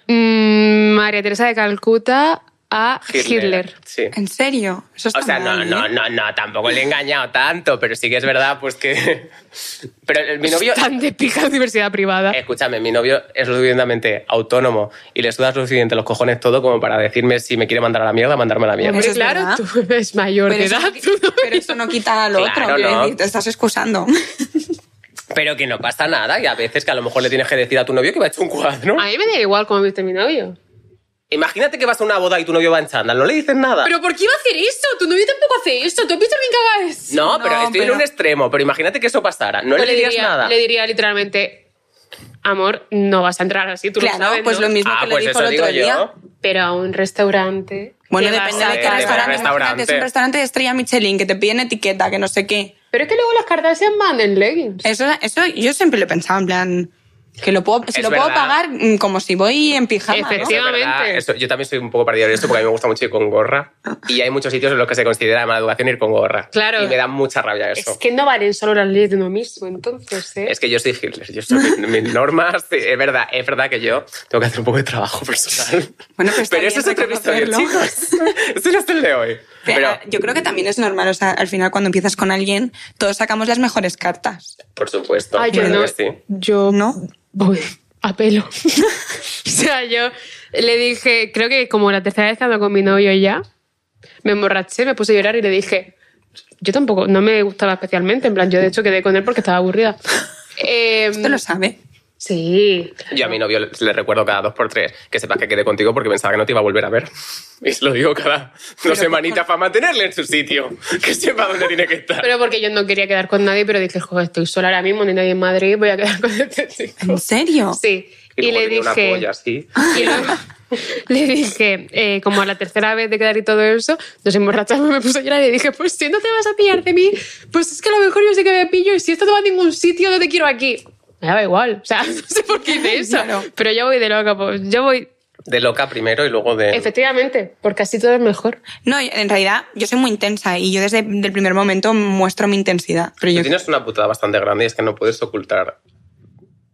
S2: mm, María Teresa de Calcuta a Hitler.
S1: Sí.
S3: ¿En serio? Eso está
S1: O sea, no,
S3: mal, ¿eh?
S1: no, no, no, tampoco le he engañado tanto, pero sí que es verdad, pues que. Pero el- mi novio.
S2: Tan de pija universidad privada.
S1: Escúchame, mi novio es lo suficientemente autónomo y le sudas lo suficiente los cojones todo como para decirme si me quiere mandar a la mierda, mandarme a la mierda.
S2: Hombre,
S3: eso es
S2: claro,
S3: verdad.
S2: tú eres mayor
S3: Pero
S2: de
S3: eso,
S2: edad.
S3: no, qui- pero eso no quita al otro.
S1: Claro,
S3: quiero
S1: no.
S3: decir, te estás excusando.
S1: Pero que no pasa nada y a veces que a lo mejor le tienes que decir a tu novio que va hecho un cuadro.
S2: A mí me da igual cómo viste mi novio.
S1: Imagínate que vas a una boda y tu novio va en chándal, no le dices nada.
S2: ¿Pero por qué iba a hacer esto? Tu novio tampoco hace esto. ¿Tú has visto bien que haga eso?
S1: no, pero
S3: No,
S1: estoy en
S3: pero-
S1: un extremo, pero imagínate que eso pasara, no
S2: Pues
S1: le dirías
S2: diría,
S1: nada.
S2: le diría literalmente, amor, no vas a entrar así, tú
S3: claro,
S2: lo sabes,
S3: pues
S2: ¿no?".
S3: lo mismo
S1: ah,
S3: que
S1: pues
S3: le dijo
S1: eso
S3: el
S1: digo
S3: otro
S1: yo.
S3: día.
S2: Pero a un restaurante...
S3: Bueno,
S2: que vas
S3: depende de
S2: a-
S1: Eh,
S3: qué
S1: depende del
S3: restaurante.
S1: restaurante.
S3: Imagínate, Es un restaurante de estrella Michelin que te piden etiqueta, que no sé qué.
S2: Pero es que luego las Kardashian van en leggings.
S3: Eso, eso yo siempre lo he pensado, en plan, que lo puedo, si
S1: Es
S3: lo puedo
S1: verdad.
S3: pagar mm, como si voy en pijama, ¿no?
S1: Eso es verdad,
S2: Efectivamente.
S1: eso- yo también soy un poco partidario de esto porque a mí me gusta mucho ir con gorra y hay muchos sitios en los que se considera de mala educación ir con gorra.
S2: Claro.
S1: Y me da mucha rabia eso.
S2: Es que no valen solo las leyes de uno mismo, entonces, ¿eh?
S1: Es que yo soy Hitler, yo soy mis normas. sí, Es verdad, es verdad que yo tengo que hacer un poco de trabajo personal.
S3: Bueno,
S2: pues
S3: pero está bien
S1: eso es otro episodio,
S3: reconocerlo.
S1: chicos. Ese no es el de hoy. Pero,
S3: Pero yo creo que también es normal, o sea, al final cuando empiezas con alguien, todos sacamos las mejores cartas.
S1: por supuesto,
S2: Ay, yo
S1: claro
S2: no.
S1: que sí.
S2: Yo
S3: ¿No?
S2: voy a pelo. o sea, yo le dije, creo que como la tercera vez que ando con mi novio ya, me emborraché, me puse a llorar y le dije, yo tampoco, no me gustaba especialmente, en plan, yo de hecho quedé con él porque estaba aburrida. Em,
S3: Esto lo sabe.
S2: sí. claro.
S1: Yo a mi novio le le recuerdo cada dos por tres que sepas que quedé contigo porque pensaba que no te iba a volver a ver. Y se lo digo cada dos semanitas para mantenerle en su sitio, que sepa dónde tiene que estar.
S2: Pero porque yo no quería quedar con nadie, pero dije, joder, estoy sola ahora mismo, no hay nadie en Madrid, voy a quedar con este chico.
S3: ¿En serio?
S2: Sí.
S1: Y,
S2: Y
S1: luego
S2: le
S1: tenía una
S2: dije-
S1: polla así.
S2: Y luego le dije, eh, como a la tercera vez de quedar y todo eso, nos emborrachamos, me puse a llorar y le dije, pues si no te vas a pillar de mí, pues es que a lo mejor yo sé que me pillo y si esto no va a ningún sitio, no te quiero aquí. Me daba igual, o sea, no sé por qué hice eso,
S3: Claro.
S2: pero yo voy de loca, pues yo voy,
S1: De loca primero y luego de...
S2: efectivamente, porque así todo es mejor.
S3: No, en realidad yo soy muy intensa y yo desde el primer momento muestro mi intensidad. Pero
S1: Tú
S3: yo...
S1: tienes una putada bastante grande y es que no puedes ocultar.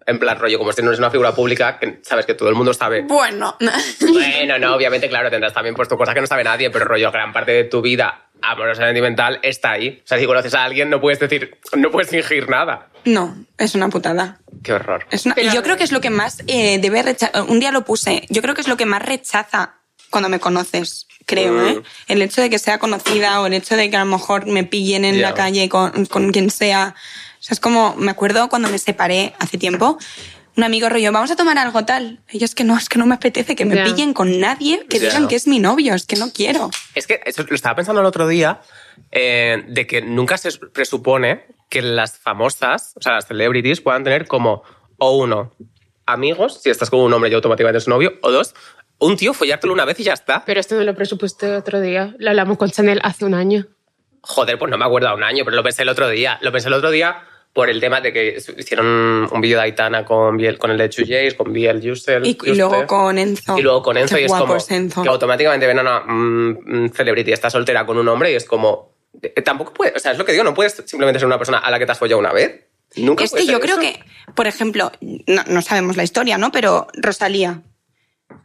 S1: En plan, rollo, como si no eres una figura pública, que sabes que todo el mundo sabe.
S3: Bueno,
S1: Bueno, no, obviamente, claro, tendrás también puesto cosas que no sabe nadie, pero rollo, gran parte de tu vida amorosa sentimental está ahí. O sea, si conoces a alguien, no puedes decir, no puedes fingir nada.
S3: no, es una putada.
S1: Qué horror.
S3: Es una-
S2: Pero-
S3: yo creo que es lo que más eh, debe rechazar. Un día lo puse. Yo creo que es lo que más rechaza cuando me conoces, creo,
S1: Mm.
S3: ¿eh? El hecho de que sea conocida o el hecho de que a lo mejor me pillen en
S1: Ya.
S3: la calle con, con quien sea. O sea, es como, me acuerdo cuando me separé hace tiempo, un amigo rollo, vamos a tomar algo tal. Y yo es que no, es que no me apetece que me
S2: Ya.
S3: pillen con nadie que
S1: Ya.
S3: digan que es mi novio, es que no quiero.
S1: Es que eso lo estaba pensando el otro día, eh, de que nunca se presupone que las famosas, o sea, las celebrities, puedan tener como, o uno, amigos, si estás con un hombre y automáticamente es su novio, o dos, un tío follártelo una vez y ya está.
S2: Pero esto no lo presupuesté otro día, lo hablamos con Chanel hace un año.
S1: Joder, pues no me acuerdo a un año, pero lo pensé el otro día. Lo pensé el otro día por el tema de que hicieron un vídeo de Aitana con, Biel- con el de Two Jays, con Biel Yusel.
S3: Y, y luego con Enzo.
S1: Y luego con Enzo
S3: Qué
S1: y es
S3: guapo
S1: como
S3: es Enzo.
S1: que automáticamente ven a una mm, mm, celebrity está soltera con un hombre y es como eh, tampoco puede, o sea, es lo que digo, no puedes simplemente ser una persona a la que te has follado una vez. Nunca
S3: Es
S1: puede
S3: que Este, yo
S1: ser
S3: creo
S1: eso.
S3: que, por ejemplo, no, no sabemos la historia, ¿no? Pero Rosalía,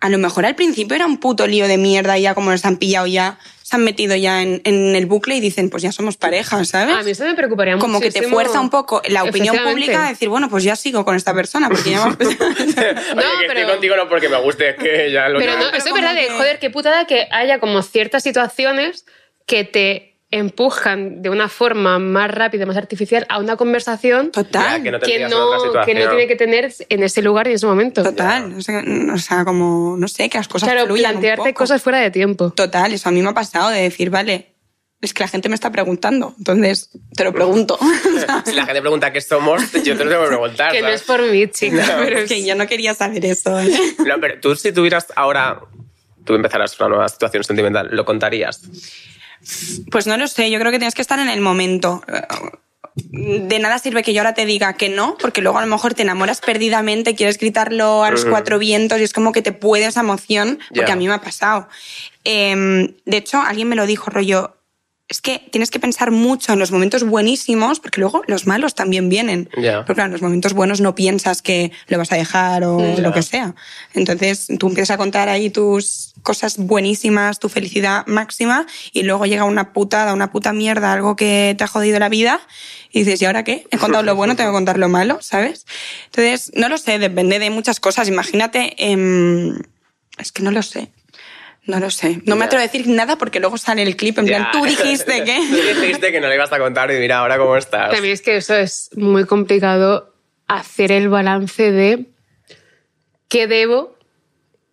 S3: a lo mejor al principio era un puto lío de mierda, y ya como nos han pillado ya, se han metido ya en, en el bucle y dicen, pues ya somos pareja,
S2: A
S3: ¿sabes?
S2: mí eso me preocuparía mucho.
S3: como que te fuerza un poco la opinión pública a decir, bueno, pues ya sigo con esta persona, porque ya
S1: Oye,
S2: No,
S1: que
S2: pero-
S1: estoy contigo no porque me guste, es que ya lo
S2: Pero
S1: que-
S2: no, eso
S3: pero
S2: es
S3: como
S2: verdad de,
S3: que-
S2: joder, qué putada que haya como ciertas situaciones que te empujan de una forma más rápida, más artificial a una conversación
S1: Ya,
S3: Total,
S1: que no
S2: que
S1: tendrías en otra
S2: no, que
S1: situación.
S2: no tiene que tener en ese lugar y en ese momento.
S3: total. O sea, o sea, como, no sé, que las cosas
S2: Claro,
S3: fluyan un
S2: plantearte
S3: poco.
S2: cosas fuera de tiempo.
S3: Total, eso a mí me ha pasado de decir, vale, es que la gente me está preguntando, entonces te lo pregunto.
S1: Si la gente pregunta qué somos, yo te lo tengo que preguntar.
S2: Que no
S1: ¿sabes?
S2: es por mí, chica. pero
S3: Pero es que yo no quería saber eso. ¿eh?
S1: No, pero tú si tuvieras ahora tú empezaras una nueva situación sentimental, lo contarías.
S3: Pues no lo sé, yo creo que tienes que estar en el momento. De nada sirve que yo ahora te diga que no, porque luego a lo mejor te enamoras perdidamente, quieres gritarlo a los cuatro vientos y es como que te puede esa emoción, porque
S1: Ya.
S3: a mí me ha pasado. Em, de hecho, alguien me lo dijo, rollo, es que tienes que pensar mucho en los momentos buenísimos, porque luego los malos también vienen.
S1: Ya.
S3: Pero claro, en los momentos buenos no piensas que lo vas a dejar o lo que sea. Entonces tú empiezas a contar ahí tus cosas buenísimas, tu felicidad máxima, y luego llega una putada, una puta mierda, algo que te ha jodido la vida, y dices, ¿y ahora qué? He contado lo bueno, tengo que contar lo malo, ¿sabes? Entonces, no lo sé, depende de muchas cosas. Imagínate, em, es que no lo sé. No lo sé. No me
S1: Ya.
S3: atrevo a decir nada porque luego sale el clip en plan,
S1: Ya.
S3: tú dijiste
S1: Tú
S3: que...
S1: dijiste que no le ibas a contar y mira ahora cómo estás.
S2: También es que eso es muy complicado hacer el balance de qué debo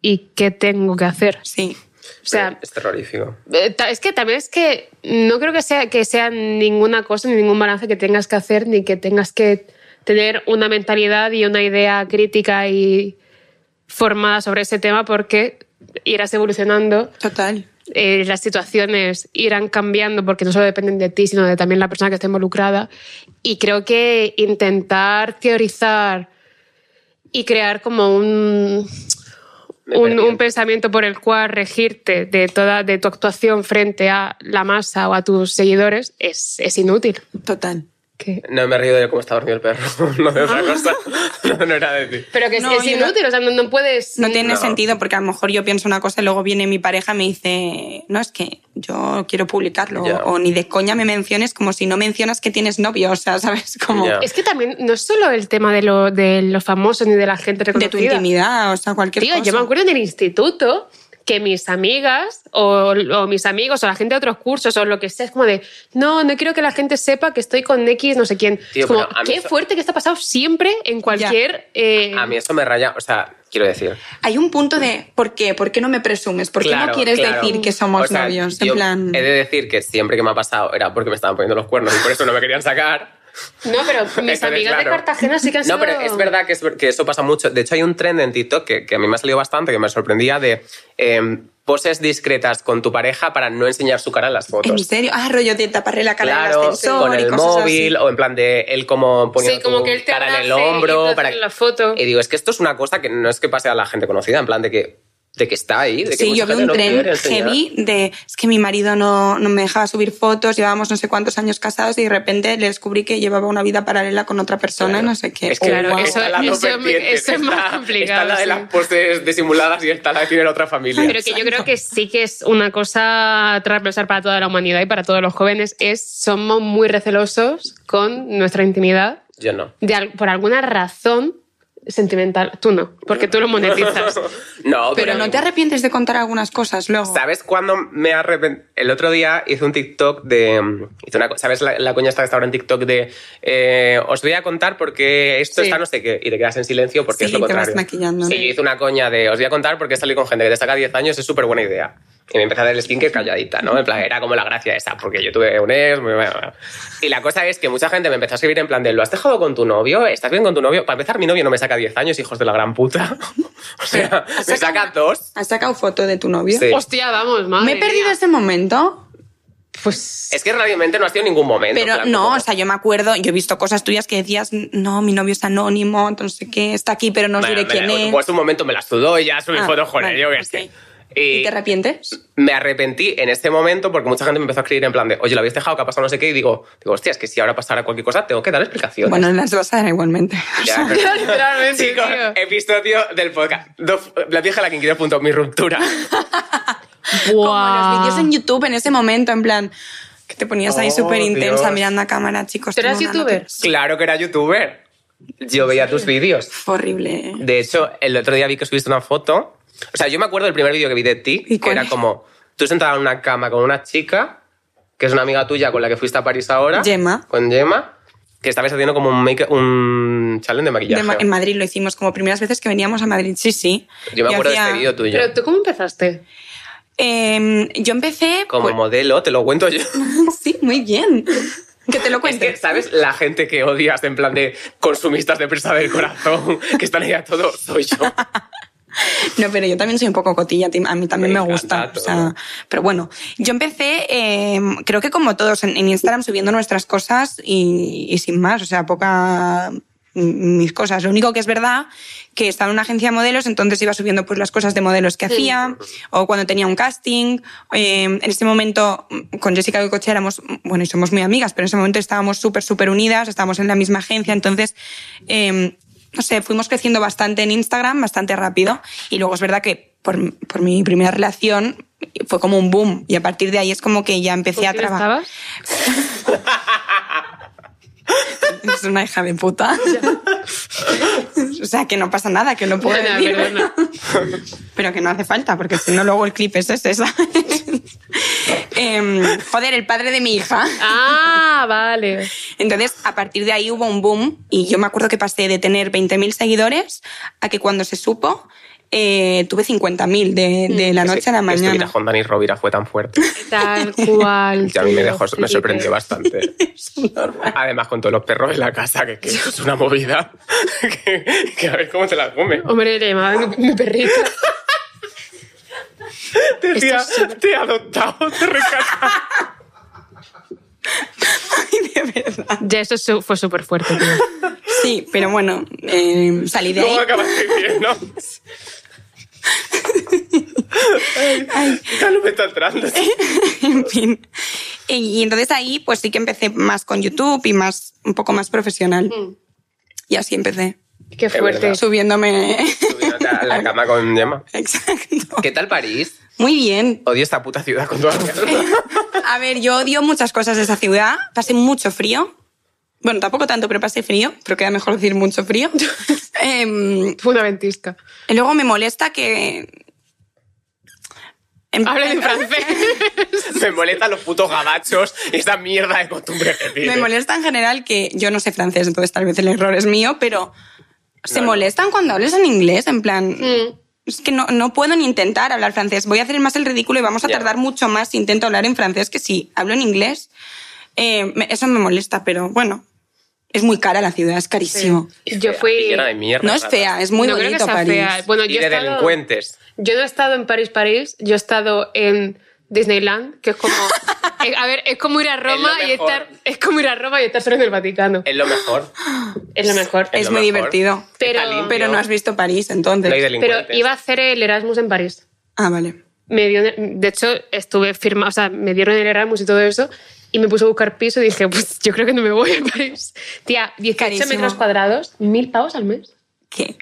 S2: y qué tengo que hacer.
S3: Sí.
S2: O sea,
S1: es terrorífico.
S2: Eh, ta- Es que también es que no creo que sea, que sea ninguna cosa ni ningún balance que tengas que hacer ni que tengas que tener una mentalidad y una idea crítica y formada sobre ese tema porque irás evolucionando,
S3: Total.
S2: eh, las situaciones irán cambiando porque no solo dependen de ti, sino de también la persona que está involucrada. Y creo que intentar teorizar y crear como un,
S1: Me
S2: un,
S1: perdí.
S2: un pensamiento por el cual regirte de toda de tu actuación frente a la masa o a tus seguidores es, es inútil.
S3: Total.
S2: Que-
S1: No me he reído de cómo está dormido el perro, no de otra cosa. No, no era de ti.
S2: Pero que es-
S3: No,
S2: es,
S3: yo no-
S2: inútil, o sea, no, no puedes...
S3: No tiene
S1: No.
S3: sentido porque a lo mejor yo pienso una cosa y luego viene mi pareja y me dice, no, es que yo quiero publicarlo
S1: Ya.
S3: o ni de coña me menciones como si no mencionas que tienes novio, o sea, ¿sabes? Como
S1: Ya.
S2: Es que también no es solo el tema de, lo, de los famosos ni de la gente
S3: de tu
S2: reconocida.
S3: intimidad, o sea, cualquier
S2: Tío,
S3: cosa.
S2: yo me acuerdo en el instituto que mis amigas o, o mis amigos o la gente de otros cursos o lo que sea es como de no, no quiero que la gente sepa que estoy con X, no sé quién.
S1: Tío,
S2: es como,
S1: pero a mí
S2: qué
S1: eso-
S2: fuerte que está pasado siempre en cualquier... eh,
S1: A mí eso me raya, o sea, quiero decir.
S3: Hay un punto de, ¿por qué? ¿Por qué no me presumes? ¿Por qué
S1: claro,
S3: no quieres
S1: claro.
S3: decir que somos
S1: O sea,
S3: novios?
S1: yo
S3: En plan...
S1: He de decir que siempre que me ha pasado era porque me estaban poniendo los cuernos y por eso no me querían sacar.
S2: No, pero mis
S1: Entonces,
S2: amigas
S1: claro.
S2: de Cartagena sí que han
S1: No,
S2: sido...
S1: pero es verdad que, es ver- que eso pasa mucho. De hecho, hay un trend en TikTok que, que a mí me ha salido bastante, que me sorprendía de eh, poses discretas con tu pareja para no enseñar su cara en las
S3: En
S1: fotos.
S3: serio, ah, rollo, te taparé la cara en el
S1: Claro,
S3: ascensor
S1: con
S3: y
S1: el
S3: cosas
S1: móvil
S3: así.
S1: o en plan de él como poniendo
S2: Sí, como
S1: tu
S2: que él te
S1: cara en el
S2: abrace y te
S1: hombro.
S2: hace
S1: Para...
S2: la foto.
S1: Y digo, es que esto es una cosa que no es que pase a la gente conocida, en plan de que, de que está ahí. De que
S3: Sí,
S1: mucha
S3: yo vi
S1: gente
S3: un
S1: no
S3: tren
S1: quiere enseñar.
S3: heavy de es que mi marido no, no me dejaba subir fotos, llevábamos no sé cuántos años casados y de repente le descubrí que llevaba una vida paralela con otra persona,
S1: Claro.
S3: no sé qué.
S1: Es que
S3: Oh,
S2: Claro,
S3: guau.
S2: eso-
S1: está la
S2: eso-
S1: doble pendiente,
S2: eso es más
S1: está-
S2: complicado,
S1: Está la de
S2: sí.
S1: las poses disimuladas y está la de tener otra familia.
S2: Pero que yo creo que sí que es una cosa transversal para toda la humanidad y para todos los jóvenes, es somos muy recelosos con nuestra intimidad.
S1: Yo no.
S2: De al- por alguna razón sentimental. Tú no, porque tú lo monetizas.
S1: No,
S3: Pero no te arrepientes de contar algunas cosas luego.
S1: ¿Sabes cuándo me arrepentí? El otro día hice un TikTok de. mm, hice una co- ¿Sabes la, la coña esta que está ahora en TikTok de. eh, os voy a contar porque esto
S2: Sí.
S1: está no sé qué. Y te quedas en silencio porque
S3: Sí,
S1: es lo
S3: te vas
S1: contrario.
S3: maquillando.
S1: Sí, yo hice una coña de. Os voy a contar porque salir con gente que te saca 10 años es súper buena idea. Y me empecé a dar el skinker calladita, ¿no? En plan, era como la gracia esa, porque yo tuve un ex. muy bueno. Y la cosa es que mucha gente me empezó a escribir en plan de. ¿Lo has dejado con tu novio? ¿Estás bien con tu novio? Para empezar, mi novio no me saca 10 años, hijos de la gran puta. o sea,
S3: ¿Has
S1: me
S3: sacado
S1: saca
S3: una-
S1: dos.
S3: ¿Has sacado foto de tu novio?
S1: Sí.
S2: Hostia, vamos, madre
S3: Me he perdido
S2: mía.
S3: ese momento,
S2: Pues
S1: Es que realmente no ha sido ningún momento.
S3: pero
S1: claro,
S3: no,
S1: como-
S3: o sea, yo me acuerdo, yo he visto cosas tuyas que decías, no, mi novio es anónimo, entonces qué, está aquí, pero no os
S1: Bueno,
S3: diré
S1: me
S3: quién
S1: la-
S3: es.
S1: Pues un momento me la sudó y ya subí
S3: Ah,
S1: fotos con
S3: vale,
S1: ello. que
S3: ok.
S1: es que-
S3: ¿Y
S1: Y,
S3: te arrepientes?
S1: me arrepentí en este momento porque mucha gente me empezó a escribir en plan de, oye, lo habéis dejado, que ha pasado no sé qué. Y digo, digo hostia, es que si ahora pasara cualquier cosa, tengo que dar explicaciones.
S3: Bueno, las vas a dar igualmente.
S1: Ya, pero-
S2: Literalmente,
S1: Chicos,
S2: tío.
S1: episodio del podcast. Dos- la vieja la que quiero punto mi ruptura.
S3: Como los vídeos en YouTube en ese momento, en plan, que te ponías ahí
S1: Oh,
S3: súper intensa
S1: Dios.
S3: mirando a cámara, chicos.
S2: ¿Tú eras
S3: tengo una
S2: youtuber?
S3: noticia.
S1: claro que era youtuber. Yo veía tus vídeos.
S3: Fue horrible. ¿eh?
S1: De hecho, el otro día vi que subiste una foto. O sea, yo me acuerdo del primer vídeo que vi de ti,
S3: ¿Y
S1: que
S3: cuál
S1: era
S3: es?
S1: como tú sentada en una cama con una chica, que es una amiga tuya con la que fuiste a París ahora.
S3: Gemma.
S1: Con Gemma, que estabas haciendo como un, make- un challenge de maquillaje.
S3: De Ma- en Madrid lo hicimos como primeras veces que veníamos a Madrid. Sí, sí.
S1: yo me acuerdo de
S3: hacía-
S1: este vídeo tuyo.
S2: Pero tú cómo empezaste?
S3: Em, yo empecé.
S1: como
S3: pues-
S1: modelo, te lo cuento yo.
S3: sí, muy bien. Que te lo
S1: Es
S3: cuente.
S1: que, ¿sabes? La gente que odias en plan de consumistas de presa del corazón, que están ahí a todo, soy yo.
S3: No, pero yo también soy un poco cotilla, ti- a mí también me,
S1: Me
S3: gusta.
S1: encanta
S3: o sea,
S1: todo.
S3: pero bueno, yo empecé, eh, creo que como todos, en, en Instagram subiendo nuestras cosas y, y sin más, o sea, poca mm, mis cosas. Lo único que es verdad que estaba en una agencia de modelos, entonces iba subiendo pues las cosas de modelos que
S2: Sí.
S3: hacía o cuando tenía un casting. Eh, en ese momento mm, con Jessica Goicoechea éramos, mm, bueno, y somos muy amigas, pero en ese momento estábamos súper, súper unidas, estábamos en la misma agencia, entonces... eh, no sé, fuimos creciendo bastante en Instagram, bastante rápido. Y luego es verdad que por, por mi primera relación fue como un boom. Y a partir de ahí es como que ya empecé
S2: ¿Con
S3: a
S2: quién
S3: trabajar.
S2: estabas?
S3: Es una hija de puta. o sea, que no pasa nada, que no puedo
S2: Perdona,
S3: decir.
S2: perdona.
S3: Pero que no hace falta, porque si no, luego el clip es ese, ¿sabes? Em, joder, el padre de mi hija.
S2: Ah, vale.
S3: Entonces, a partir de ahí hubo un boom y yo me acuerdo que pasé de tener 20.000 seguidores a que cuando se supo eh, tuve 50.000 de, de la
S1: Ese-
S3: noche a la
S1: Esto Mm. que
S3: mañana.
S1: la Honda ni Rovira fue tan fuerte.
S2: Tal cual.
S1: que a mí me
S2: tío,
S1: dejó, me
S2: sí,
S1: sorprendió
S2: que-
S1: bastante. Además, con todos los perros en la casa, que, que eso es una movida. que, que a ver cómo te la come.
S3: Oh,
S2: Hombre, le llamaban mi perrito.
S1: Te, te ha- te he adoptado, te he rescatado.
S3: Ay, de verdad.
S2: Ya, eso su- fue súper fuerte, tío.
S3: Sí, pero bueno, eh, salí de
S1: Luego
S3: ahí.
S1: acabas de decir, ¿no?
S3: Ay,
S1: Ya no me está entrando.
S3: en fin. Y, y entonces ahí pues sí que empecé más con YouTube y más un poco más profesional.
S1: Mm.
S3: Y así empecé,
S2: Qué fuerte.
S1: verdad.
S3: subiéndome.
S1: A la cama con Gemma.
S3: Exacto.
S1: ¿Qué tal París?
S3: Muy bien.
S1: Odio esta puta ciudad con toda la
S3: A ver, yo odio muchas cosas de esa ciudad. Pasé mucho frío. Bueno, tampoco tanto, pero pasé frío. Pero queda mejor decir mucho frío. Em,
S2: Fundamentista.
S3: y luego me molesta que... En-
S2: Habla en francés.
S1: Me molestan los putos gabachos y esta mierda de costumbre que tienen.
S3: Me molesta en general que yo no sé francés, entonces tal vez el error es mío, pero se
S1: No, no.
S3: molestan cuando hables en inglés, en plan...
S2: Mm.
S3: Es que no, no puedo ni intentar hablar francés. Voy a hacer más el ridículo y vamos a
S1: Ya.
S3: tardar mucho más si intento hablar en francés que si hablo en inglés. Eh, me- eso me molesta, pero bueno. Es muy cara la ciudad, es carísimo.
S1: Y
S2: Yo
S1: fea,
S2: fui-
S1: y llena de mierda.
S3: No es fea, es muy
S2: no creo
S3: bonito
S2: que sea
S3: París.
S2: fea. Bueno,
S1: Y
S2: yo, he
S1: de
S2: estado-
S1: delincuentes.
S2: yo no he estado en París, París. Yo he estado en Disneyland, que es como. eh, a ver, es como ir a Roma
S1: lo
S2: y
S1: mejor.
S2: estar. Es como ir a Roma y estar solo en el Vaticano.
S1: Es lo mejor.
S2: Es lo mejor.
S1: Es
S3: Es
S1: lo
S3: muy
S1: mejor.
S3: divertido.
S2: Pero-
S1: Está limpio,
S3: Pero no has visto París entonces.
S1: no hay
S2: Pero
S1: delincuentes.
S2: iba a hacer el Erasmus en París.
S3: Ah, vale.
S2: me dio- de hecho, estuve firma, o sea, me dieron el Erasmus y todo eso, y me puse a buscar piso y dije, pues yo creo que no me voy a París. Tía, 18
S3: Carísimo.
S2: metros cuadrados, mil pavos al mes.
S3: ¿Qué?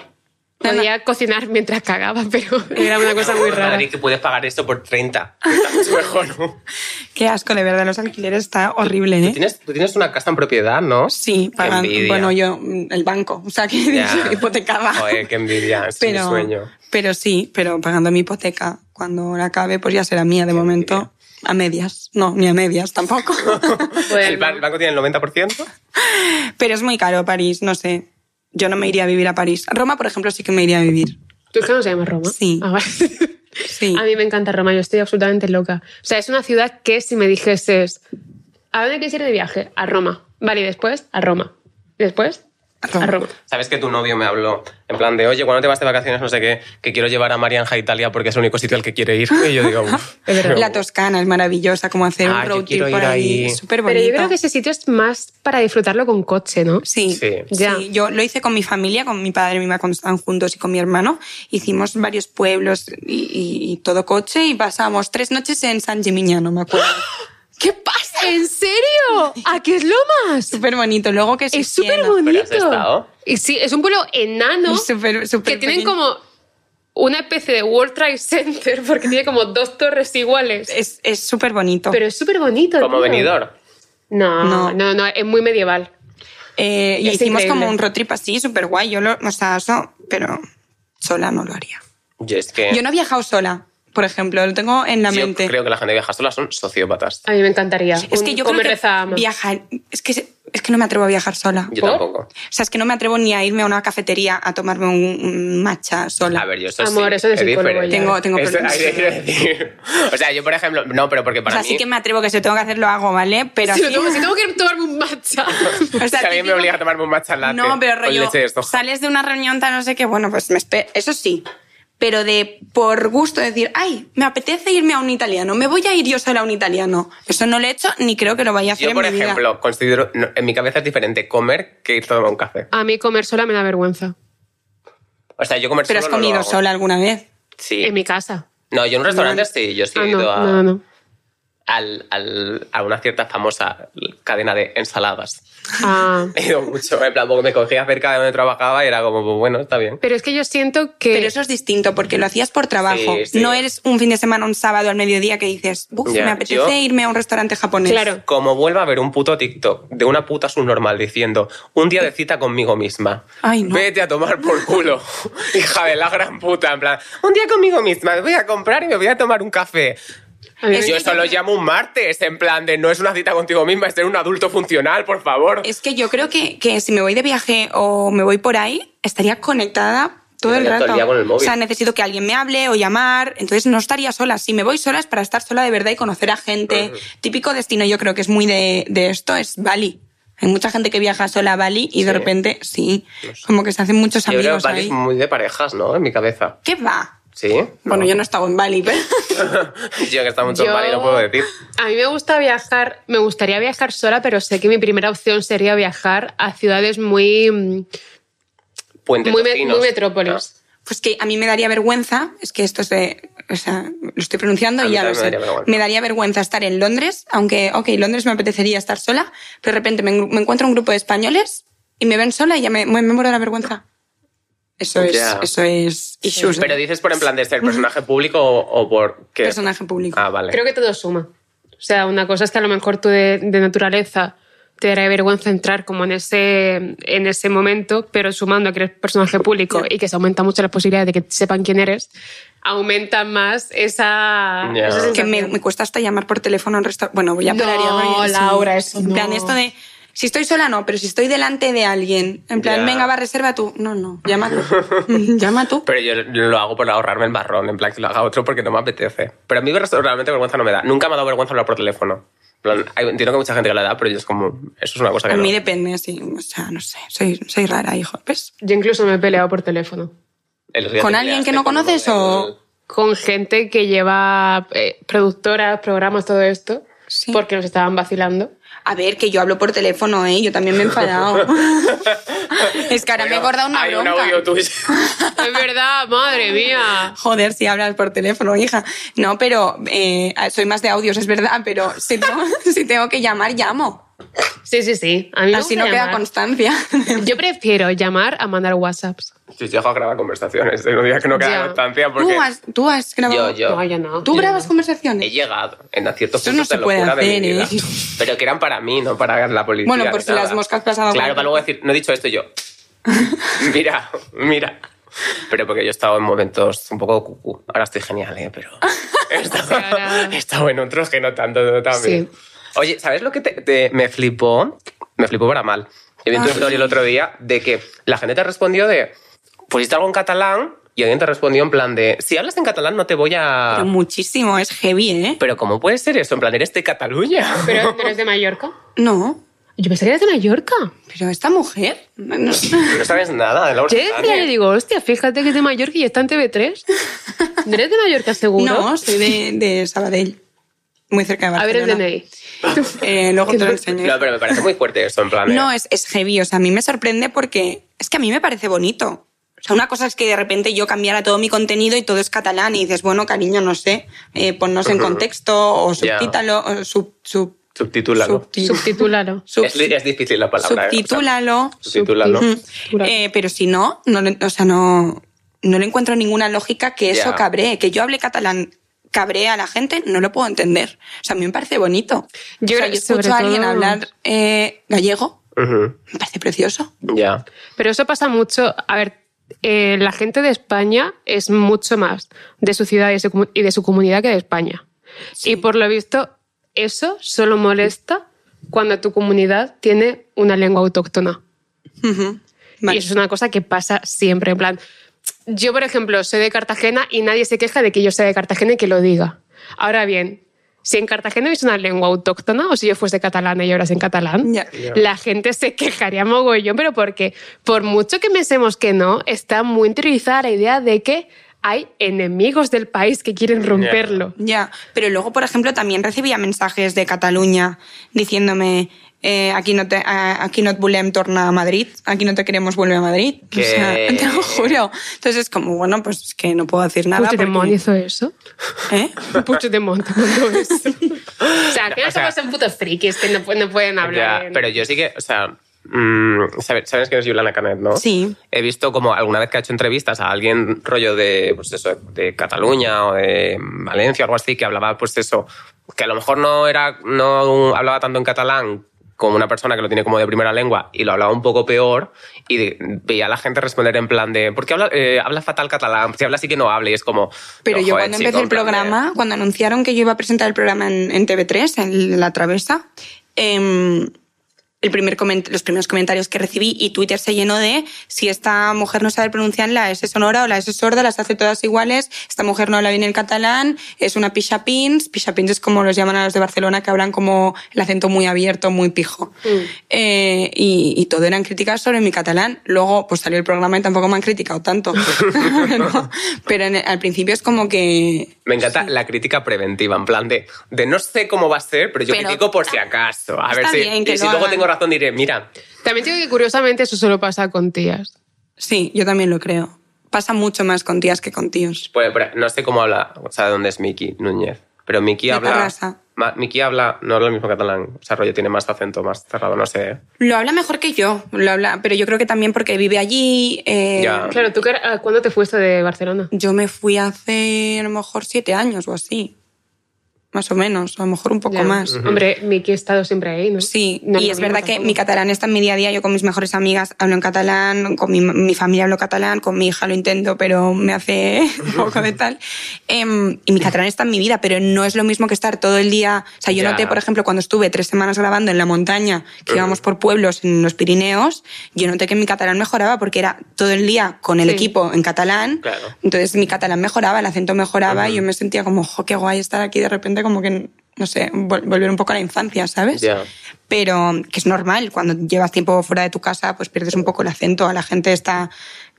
S3: No, no.
S2: Podía cocinar mientras cagaba, pero
S3: Eh,
S2: era una cosa muy rara.
S1: Madrid que puedes pagar esto por 30. Está mucho mejor, ¿no?
S3: Qué asco, de verdad, los alquileres está horrible, ¿eh?
S1: ¿Tienes, tú tienes una casa en propiedad, ¿no?
S3: Sí,
S1: Qué
S3: pagan.
S1: envidia.
S3: Bueno, yo, mm, el banco. O sea, que
S1: Ya.
S3: hipotecaba.
S1: Joder, qué envidia. Es mi sueño.
S3: pero sí, pero pagando mi hipoteca cuando la acabe, pues ya será mía de momento. A medias. No, ni a medias tampoco.
S2: Bueno,
S1: ¿El, ban- banco tiene el 90%?
S3: pero es muy caro París, no sé. Yo no me iría a vivir a París. Roma, por ejemplo, sí que me iría a vivir.
S2: ¿Tú es que no se llama Roma?
S3: Sí.
S2: Ah, vale.
S3: Sí.
S2: A mí me encanta Roma, yo estoy absolutamente loca. O sea, es una ciudad que si me dijeses, ¿a dónde quieres ir de viaje? A Roma. Vale, y después a Roma. Después
S3: A Roma.
S2: a Roma.
S1: Sabes que tu novio me habló en plan de, oye, ¿cuándo te vas de vacaciones? No sé qué, que quiero llevar a Marianja a Italia porque es el único sitio al que quiere ir. Y yo digo, uff.
S2: Es verdad.
S3: La Toscana es maravillosa, como hacer
S1: Ah,
S3: un
S1: yo
S3: road
S1: quiero
S3: trip por
S1: ir
S3: ahí.
S1: ahí.
S3: Súper bonito.
S2: Pero yo creo que ese sitio es más para disfrutarlo con coche, ¿no?
S3: Sí,
S1: Sí.
S2: Ya.
S3: Sí, yo lo hice con mi familia, con mi padre y mi mamá cuando estaban juntos y con mi hermano. Hicimos varios pueblos y, y- y todo coche y pasamos tres noches en San Gimignano, me acuerdo.
S2: ¿Qué pasa? ¿En serio? ¿A qué es lo más?
S3: Súper bonito. Luego que
S2: Es súper
S1: ¿Pero has
S2: bonito.
S1: estado?
S2: Y sí, es un pueblo enano que tienen como una especie de World Trade Center porque tiene como dos torres iguales.
S3: Es es súper bonito.
S2: Pero es súper bonito.
S1: Como
S2: tío.
S1: venidor.
S2: No,
S3: No.
S2: no, no, es muy medieval.
S3: Eh, y
S2: es
S3: hicimos
S2: increíble.
S3: como un road trip así, súper guay. Yo lo, o sea, eso, pero sola no lo haría.
S1: Yo es que...
S3: Yo no he viajado sola, por ejemplo, lo tengo en la
S1: Eh. yo
S3: mente.
S1: creo que la gente que viaja sola son sociópatas.
S2: A mí me encantaría.
S3: Es que
S2: Un
S3: yo creo
S2: come,
S3: que
S2: reza, ama.
S3: viajar, es que, es que no me atrevo a viajar sola.
S1: Yo
S2: ¿Por?
S1: tampoco.
S3: O sea, es que no me atrevo ni a irme a una cafetería a tomarme un, un matcha sola.
S1: A ver, yo eso
S2: Amor,
S1: sí,
S2: eso de
S1: es
S2: psicólogo
S1: diferente.
S2: ya.
S3: Tengo- tengo
S1: Eso-
S3: problemas.
S1: ahí te quiero decir. O sea, yo, por ejemplo, no, pero porque
S3: o
S1: para
S3: sea,
S1: mí...
S3: sí que me atrevo que si lo tengo que hacer lo hago, ¿vale? Pero
S2: Si, lo
S3: así-
S2: tengo, si tengo que tomarme un matcha.
S3: o sea,
S1: si alguien me
S3: típico-
S1: obliga a tomarme un matcha latte
S3: No, pero
S1: con
S3: rollo,
S1: leche de soja.
S3: sales de una reunión tan no sé qué, bueno, pues me espe- eso sí. Pero de por gusto decir, ay, me apetece irme a un italiano, me voy a ir yo sola a un italiano. Eso no lo he hecho ni creo que lo vaya a hacer
S1: Yo,
S3: en
S1: por
S3: mi vida.
S1: ejemplo, considero... no, en mi cabeza es diferente comer que ir a tomar un café.
S2: A mí comer sola me da vergüenza.
S1: O sea, yo comer
S3: Pero has
S1: solo no lo
S3: comido
S1: hago.
S3: sola alguna vez.
S1: Sí.
S2: En mi casa.
S1: No, yo en un restaurante sí. Yo sí
S2: Ah,
S1: he
S2: no,
S1: ido a...
S2: no, no.
S1: al, al- a una cierta famosa cadena de ensaladas.
S2: Ah.
S1: He ido mucho, en plan, porque me cogía cerca de donde trabajaba y era como, pues bueno, está bien.
S2: Pero es que yo siento que.
S3: Pero eso es distinto porque lo hacías por trabajo.
S1: Sí, sí.
S3: No eres un fin de semana, un sábado al mediodía que dices, "Buf,
S1: Ya,
S3: me apetece
S1: yo-
S3: irme a un restaurante japonés.
S2: Claro.
S1: Como vuelva a ver un puto TikTok de una puta subnormal diciendo, un día de cita conmigo misma.
S3: Ay, no.
S1: Vete a tomar por culo, hija de la gran puta. En plan, un día conmigo misma, me voy a comprar y me voy a tomar un café.
S2: A mí me-
S3: Es
S1: Yo
S3: que
S1: esto
S3: yo
S1: lo
S3: creo-
S1: llamo un martes, en plan de no es una cita contigo misma, es ser un adulto funcional, por favor.
S3: Es que yo creo que, que si me voy de viaje o me voy por ahí, estaría conectada todo el
S1: Estaría
S3: rato.
S1: todo el día con el móvil.
S3: O sea, necesito que alguien me hable o llamar, entonces no estaría sola. Si me voy sola es para estar sola de verdad y conocer a gente. Típico destino, yo creo que es muy de, de esto, es Bali. Hay mucha gente que viaja sola a Bali y de
S1: Sí.
S3: repente, sí, como que se hacen muchos
S1: Yo creo que
S3: amigos
S1: Bali
S3: ahí.
S1: es muy de parejas, ¿no? En mi cabeza.
S3: ¿Qué va?
S1: Sí.
S3: Bueno, yo no he estado en Bali, pero...
S1: Yo que está mucho en
S2: Yo-
S1: Bali, no puedo decir.
S2: A mí me gusta viajar, me gustaría viajar sola, pero sé que mi primera opción sería viajar a ciudades muy, mm,
S1: Puentes
S2: muy, me-
S1: vecinos.
S2: muy metrópolis.
S3: Pues que a mí me daría vergüenza, es que esto es de. O sea, lo estoy pronunciando
S1: A
S3: y
S1: mí
S3: ya lo
S1: también me
S3: sé.
S1: daría vergüenza.
S3: me daría vergüenza estar en Londres, aunque, ok, Londres me apetecería estar sola, pero de repente me, engru- me encuentro un grupo de españoles y me ven sola y ya me, me, me muero de la vergüenza. Eso es.
S1: Ya.
S3: Eso es. Issues.
S1: Pero
S3: ¿eh?
S1: dices por en plan de ser personaje público o, o por qué.
S3: Personaje público.
S1: Ah, vale.
S2: Creo que todo suma. O sea, una cosa es que a lo mejor tú de, de naturaleza te daría vergüenza entrar como en ese, en ese momento, pero sumando a que eres personaje público
S3: Ya.
S2: y que se aumenta mucho las posibilidades de que sepan quién eres, aumenta más esa...
S1: Ya.
S2: esa
S3: que me,
S2: sensación.
S3: me cuesta hasta llamar por teléfono a un restaurante. Bueno, ya
S2: No,
S3: pararía. ¿no?
S2: Laura, eso
S3: En plan,
S2: no.
S3: esto de. Si estoy sola, no, pero si estoy delante de alguien, en plan,
S1: Ya.
S3: venga, va, reserva tú. No, no, llama tú. llama tú.
S1: Pero yo lo hago por ahorrarme el barrón, en plan que lo haga otro porque no me apetece. Pero a mí realmente vergüenza no me da. Nunca me ha dado vergüenza hablar por teléfono. plan, hay- entiendo que mucha gente que la da, pero yo es como, eso es una cosa que
S3: A
S1: no.
S3: mí depende, sí. O sea, no sé. Soy, soy rara, hijo. ¿Ves?
S2: Yo incluso me he peleado por teléfono.
S1: El día
S3: ¿Con
S1: te
S3: alguien
S1: peleaste
S3: que no
S1: con
S3: conoces
S1: el-
S3: o-
S2: Con gente que lleva eh, productoras, programas, todo esto.
S3: Sí.
S2: Porque nos estaban vacilando.
S3: A ver, que yo hablo por teléfono, ¿eh? Yo también me he enfadado. es que ahora me he
S1: Bueno,
S3: acordado una
S1: hay un
S3: bronca.
S1: audio tuyo.
S2: es verdad, madre mía.
S3: Joder, si hablas por teléfono, hija. No, pero eh, soy más de audios, es verdad, pero si tengo, si tengo que llamar, llamo.
S2: Sí, sí, sí. A mí me
S3: Así
S2: gusta
S3: no queda
S2: llamar.
S3: constancia.
S2: Yo prefiero llamar a mandar WhatsApp.
S1: Yo llego a grabar conversaciones, no digas que no queda
S2: Ya.
S1: constancia porque
S3: ¿Tú has, tú has grabado.
S1: Yo-
S2: No, yo no.
S3: ¿Tú
S2: Yo
S3: grabas
S2: no.
S1: he
S3: conversaciones?
S1: llegado en ciertos
S3: Eso
S1: puntos
S3: no se
S1: de
S3: puede
S1: locura de mi
S3: hacer, ¿eh?
S1: vida. Pero que eran para mí, no para la policía.
S3: Bueno, por
S1: ni
S3: si las
S1: nada.
S3: moscas pasaba
S1: Claro,
S3: por-
S1: para luego decir, no he dicho esto y yo. Mira, mira. Pero porque yo he estado en momentos un poco cucú. Ahora estoy genial, ¿eh? Pero he estado,
S2: Ahora-
S1: he estado en otros que no tanto también.
S2: Sí.
S1: Oye, ¿sabes lo que te, te- me flipó? Me flipó para mal. Yo vi en tu
S3: Ah,
S1: historia el otro día de que la gente te respondió de, pusiste algo en catalán y alguien te respondió en plan de, si hablas en catalán no te voy a...
S3: Pero muchísimo, es heavy, ¿eh?
S1: Pero ¿cómo puede ser eso? En plan, eres de Cataluña.
S2: Pero no eres de Mallorca.
S3: No,
S2: Yo pensé que eres de Mallorca.
S3: pero esta mujer. no- no-
S1: No sabes nada de la
S2: Yo
S1: Occitania.
S2: decía, le digo, hostia, fíjate que es de Mallorca y está en TV3. ¿No eres de Mallorca seguro?
S3: No, soy de, de Sabadell. Muy cerca de
S2: a ver
S3: Barcelona.
S2: el DNI.
S3: Eh, luego te lo enseño.
S1: No, pero me parece muy fuerte eso, en plan.
S3: No,
S1: eh,
S3: es, es heavy. O sea, a mí me sorprende porque es que a mí me parece bonito. O sea, una cosa es que de repente yo cambiara todo mi contenido y todo es catalán y dices, bueno, cariño, no sé, eh, ponnos en contexto o
S1: Ya.
S3: subtítalo, o sub, sub,
S1: Subtitúlalo.
S3: eh, subti-
S2: Subtitúlalo.
S3: sub-
S1: es, es difícil la palabra. eh, o sea,
S3: subtitúlalo.
S1: subtitúlalo.
S2: Subtitúlalo.
S3: Eh, pero si no, no le- o sea, no, no le encuentro ninguna lógica que eso
S1: Ya.
S3: cabree. Que yo hable catalán cabree a la gente, no lo puedo entender. O sea, a mí me parece bonito.
S2: Yo
S3: O sea,
S2: creo que sobre
S3: escucho a alguien
S2: todo-
S3: hablar eh, gallego,
S1: Ujú,
S3: me parece precioso.
S1: Ya.
S2: Pero eso pasa mucho. A ver, eh, la gente de España es mucho más de su ciudad y, su comu- y de su comunidad que de España. Y por lo visto, eso solo molesta cuando tu comunidad tiene una lengua autóctona.
S3: Ujú. Vale.
S2: Y eso es una cosa que pasa siempre. En plan, yo, por ejemplo, soy de Cartagena y nadie se queja de que yo sea de Cartagena y que lo diga. Ahora bien, si en Cartagena hubiese una lengua autóctona o si yo fuese catalana y ahora en catalán,
S3: Ya.
S1: Ya.
S2: la gente se quejaría mogollón, pero porque por mucho que pensemos que no, está muy interiorizada la idea de que hay enemigos del país que quieren romperlo.
S3: Ya, pero luego, por ejemplo, también recibía mensajes de Cataluña diciéndome eh, aquí no te a- aquí no et volem tornar a Madrid, aquí no te queremos vuelve a Madrid. O
S1: ¿Qué?
S3: sea, te lo juro. Entonces es como, bueno, pues es que no puedo decir nada.
S2: Puigdemont
S3: porque-
S2: hizo eso.
S3: ¿Eh?
S2: Puigdemont te mandó eso. o sea, que
S1: O sea-
S2: no son putos frikis que no, pu- no pueden hablar.
S1: Ya,
S2: en-
S1: Pero yo sí que, o sea, mm, ¿sabes, sabes quién es Yolanda Canet, no?
S3: Sí.
S1: He visto como alguna vez que ha hecho entrevistas a alguien rollo de, pues eso, de Cataluña o de Valencia o algo así, que hablaba, pues eso, que a lo mejor no era, no hablaba tanto en catalán como una persona que lo tiene como de primera lengua y lo hablaba un poco peor y de- veía a la gente responder en plan de ¿por qué habla, eh, habla fatal catalán? Si habla así que no hable y es como...
S3: Pero
S1: no,
S3: yo
S1: joder, eh,
S3: cuando
S1: chico,
S3: empecé el
S1: en plan de-
S3: programa, cuando anunciaron que yo iba a presentar el programa en, en TV3, en La Travesa, em, el primer coment- los primeros comentarios que recibí y Twitter se llenó de si esta mujer no sabe pronunciar la S sonora o la S sorda, las hace todas iguales, esta mujer no habla bien el catalán, es una pichapins, pichapins es como los llaman a los de Barcelona que hablan como el acento muy abierto, muy pijo. Eh, y, y todo eran críticas sobre mi catalán. Luego pues salió el programa y tampoco me han criticado tanto. No, Pero en- al principio es como que...
S1: Me encanta la crítica preventiva, en plan de, de no sé cómo va a ser, pero yo
S3: Pero- ah,
S1: critico por si acaso. A ver
S3: Está
S1: si,
S3: bien que
S1: y si
S3: lo
S1: luego
S3: hagan.
S1: tengo razón diré, mira,
S2: También digo que curiosamente eso solo pasa con tías.
S3: Sí, yo también lo creo. Pasa mucho más con tías que con tíos.
S1: pues, pero no sé cómo habla, o sea, dónde es Miki Núñez, pero Miki
S3: De
S1: habla...
S3: Tarrasa.
S1: ma- Miki habla, no habla el mismo catalán, o sea, rollo tiene más acento, más cerrado, no sé. ¿eh?
S3: Lo habla mejor que yo, lo habla, pero yo creo que también porque vive allí. eh,
S1: Ya.
S2: Claro, ¿tú qué- ah, cuándo te fuiste de Barcelona?
S3: Yo me fui hace a lo mejor siete años o así. Más o menos, a lo mejor un poco
S2: Ya.
S3: más.
S2: Hombre, Miki ha estado siempre ahí, ¿no?
S3: Sí,
S2: No
S3: y
S2: lo
S3: es
S2: mismo
S3: verdad que
S2: tampoco.
S3: mi catalán está en mi día a día. Yo con mis mejores amigas hablo en catalán, con mi, mi familia hablo catalán, con mi hija lo intento, pero me hace un poco de tal. Em, y mi catalán está en mi vida, pero no es lo mismo que estar todo el día. O sea, yo
S1: Ya.
S3: noté, por ejemplo, cuando estuve tres semanas grabando en la montaña, que íbamos por pueblos en los Pirineos, yo noté que mi catalán mejoraba porque era todo el día con el
S2: Sí.
S3: equipo en catalán.
S1: Claro.
S3: Entonces mi catalán mejoraba, el acento mejoraba y yo me sentía como, jo, qué guay estar aquí de repente, como que no sé, vol- volver un poco a la infancia, ¿sabes?
S1: Ya.
S3: Pero que es normal, cuando llevas tiempo fuera de tu casa, pues pierdes un poco el acento. A la gente está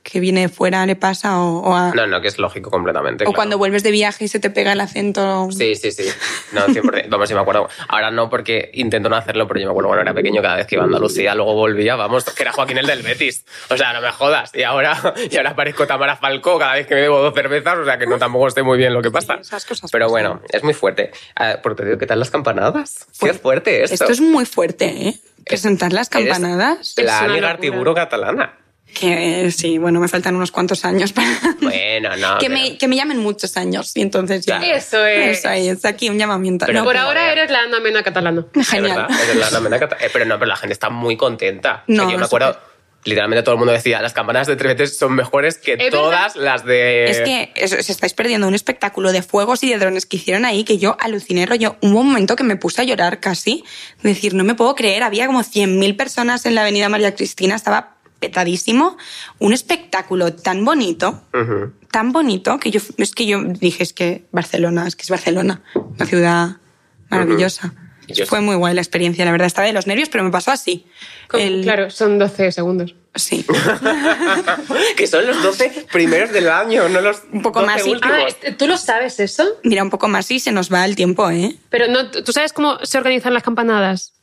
S3: que viene de fuera le pasa o, o a-
S1: No, no, que es lógico completamente.
S3: Ah. o
S1: claro.
S3: cuando vuelves de viaje y se te pega el acento.
S1: Sí, sí, sí. No, 100%. Vamos, yo me acuerdo. Ahora no, porque intento no hacerlo, pero yo me acuerdo cuando era pequeño, cada vez que iba a Andalucía, luego volvía, vamos, que era Joaquín el del Betis. O sea, no me jodas. Y ahora, y ahora parezco Tamara Falcó cada vez que me bebo dos cervezas, o sea, que no tampoco sé muy bien lo que pasa.
S3: esas cosas
S1: pero
S3: pasan.
S1: bueno, es muy fuerte. Ah, porque te digo, ¿qué tal las campanadas? Qué
S3: Pues,
S1: fuerte esto.
S3: Esto es muy fuerte, ¿eh? Presentar las
S1: Eres
S3: campanadas.
S2: Es
S1: La
S2: una
S1: Ani
S2: locura.
S1: Gartiburu catalana.
S3: Que sí, bueno, me faltan unos cuantos años para.
S1: Bueno, no.
S3: que,
S1: pero-
S3: me, que me llamen muchos años y entonces ya.
S1: Claro.
S2: Eso es.
S3: Eso ahí, es aquí un llamamiento.
S1: Pero
S3: No,
S2: Por
S1: Pero
S2: ahora
S1: bueno.
S2: eres la anda mena catalana.
S1: Es
S3: genial.
S1: verdad, es verdad, no me da cata- eh, pero no, pero la gente está muy contenta. O sea,
S3: No,
S1: yo me acuerdo,
S3: súper.
S1: literalmente todo el mundo decía, las campanadas de Trevetes son mejores que
S2: Es
S1: todas las de...
S3: Es que es- se estáis perdiendo un espectáculo de fuegos y de drones que hicieron ahí que yo aluciné rollo. Hubo un momento que me puse a llorar casi. Decir, no me puedo creer, había como 100.000 personas en la avenida María Cristina, estaba petadísimo. Un espectáculo tan bonito,
S1: Ujú.
S3: tan bonito, que yo, es que yo dije, es que Barcelona, es que es Barcelona, una ciudad maravillosa.
S1: Yo
S3: Fue
S1: sí.
S3: muy guay la experiencia, la verdad, estaba de los nervios, pero me pasó así.
S2: Con-
S3: El-
S2: Claro, son 12 segundos.
S3: Sí.
S1: Que son los 12 primeros del año, no los
S3: Un poco
S1: 12
S3: más, sí.
S1: últimos.
S2: Ah, este- ¿tú lo sabes eso?
S3: Mira, un poco más y se nos va el tiempo, ¿eh?
S2: Pero no, ¿tú sabes cómo se organizan las campanadas?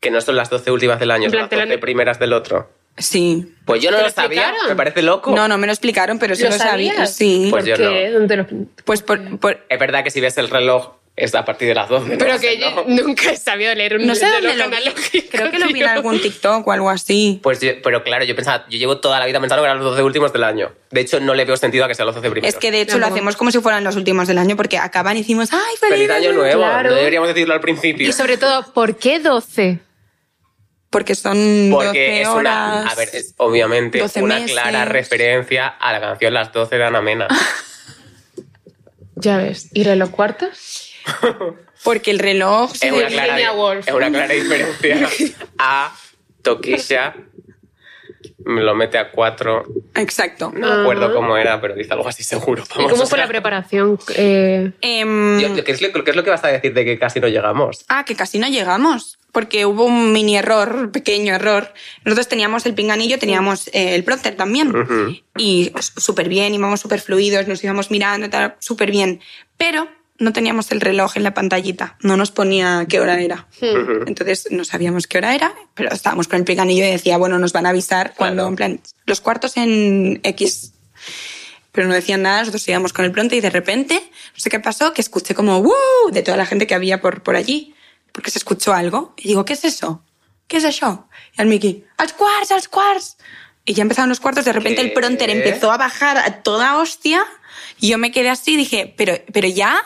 S1: Que no son las 12 últimas del año,
S2: En
S1: son
S2: plan,
S1: las
S2: te lo
S1: 12
S2: han-
S1: primeras del otro.
S3: Sí.
S1: Pues yo no
S2: ¿Te
S1: lo
S2: lo
S1: sabía,
S2: explicaron?
S1: me parece loco.
S3: No, no me lo explicaron, pero sí
S2: ¿Lo
S3: lo, sabía.
S2: sabías?
S3: Sí.
S1: Pues yo
S2: ¿Por qué? ¿Dónde lo-
S3: Pues por, por-
S1: Es verdad que si ves el reloj es a partir de las 12. ¿no?
S2: Pero que
S1: Pues No.
S2: yo nunca he sabido leer un
S3: no sé
S2: reloj
S3: dónde lo vi.
S2: analógico,
S3: Creo que lo vi
S2: tío.
S3: en algún TikTok o algo así.
S1: Pues yo- pero claro, yo pensaba, yo llevo toda la vida pensando que eran los 12 últimos del año. De hecho, no le veo sentido a que sean los 12 primeros.
S3: Es que de hecho lo
S2: Tampoco.
S3: hacemos como si fueran los últimos del año porque acaban y decimos, ¡ay, feliz,
S1: Feliz año nuevo,
S2: Claro.
S1: no deberíamos decirlo al principio.
S2: Y sobre todo, ¿por qué 12?
S3: Porque son
S1: Porque
S3: 12
S1: es
S3: horas.
S1: una, a ver, es obviamente
S3: 12
S1: una
S3: meses.
S1: clara referencia a la canción Las 12 de Ana Mena.
S2: Ya ves. ¿Y reloj cuartos?
S3: Porque el reloj. se
S1: es, una
S2: de
S1: clara,
S2: Virginia Woolf.
S1: es una clara diferencia a Tokisha. Me lo mete a 4.
S3: Exacto.
S1: No me acuerdo
S2: Ajá.
S1: cómo era, pero dice algo así seguro.
S2: ¿Y
S1: vamos,
S2: cómo
S1: o
S2: fue
S1: sea,
S2: la preparación? Eh,
S3: Em,
S1: Yo- yo- ¿qué, es lo, qué es lo que vas a decir de que casi no llegamos?
S3: Ah, que casi no llegamos. Porque hubo un mini error, un pequeño error. Nosotros teníamos el pinganillo, teníamos eh, el prompter también.
S1: Ujú.
S3: Y s- súper bien, íbamos súper fluidos, nos íbamos mirando, tal, súper bien. Pero no teníamos el reloj en la pantallita. No nos ponía qué hora era. Entonces no sabíamos qué hora era, pero estábamos con el pinganillo y decía, bueno, nos van a avisar cuando,
S1: Claro.
S3: en plan, los cuartos en X. Pero no decían nada, nosotros íbamos con el pronto y de repente, no sé qué pasó, que escuché como ¡wow! de toda la gente que había por, por allí, porque se escuchó algo. Y digo, ¿qué es eso? ¿Qué es eso? Y al Mickey, ¡als quarts, als quarts! Y ya empezaron los cuartos, de repente el
S1: ¿Qué?
S3: pronter empezó a bajar a toda hostia y yo me quedé así y dije, ¿pero, pero ya?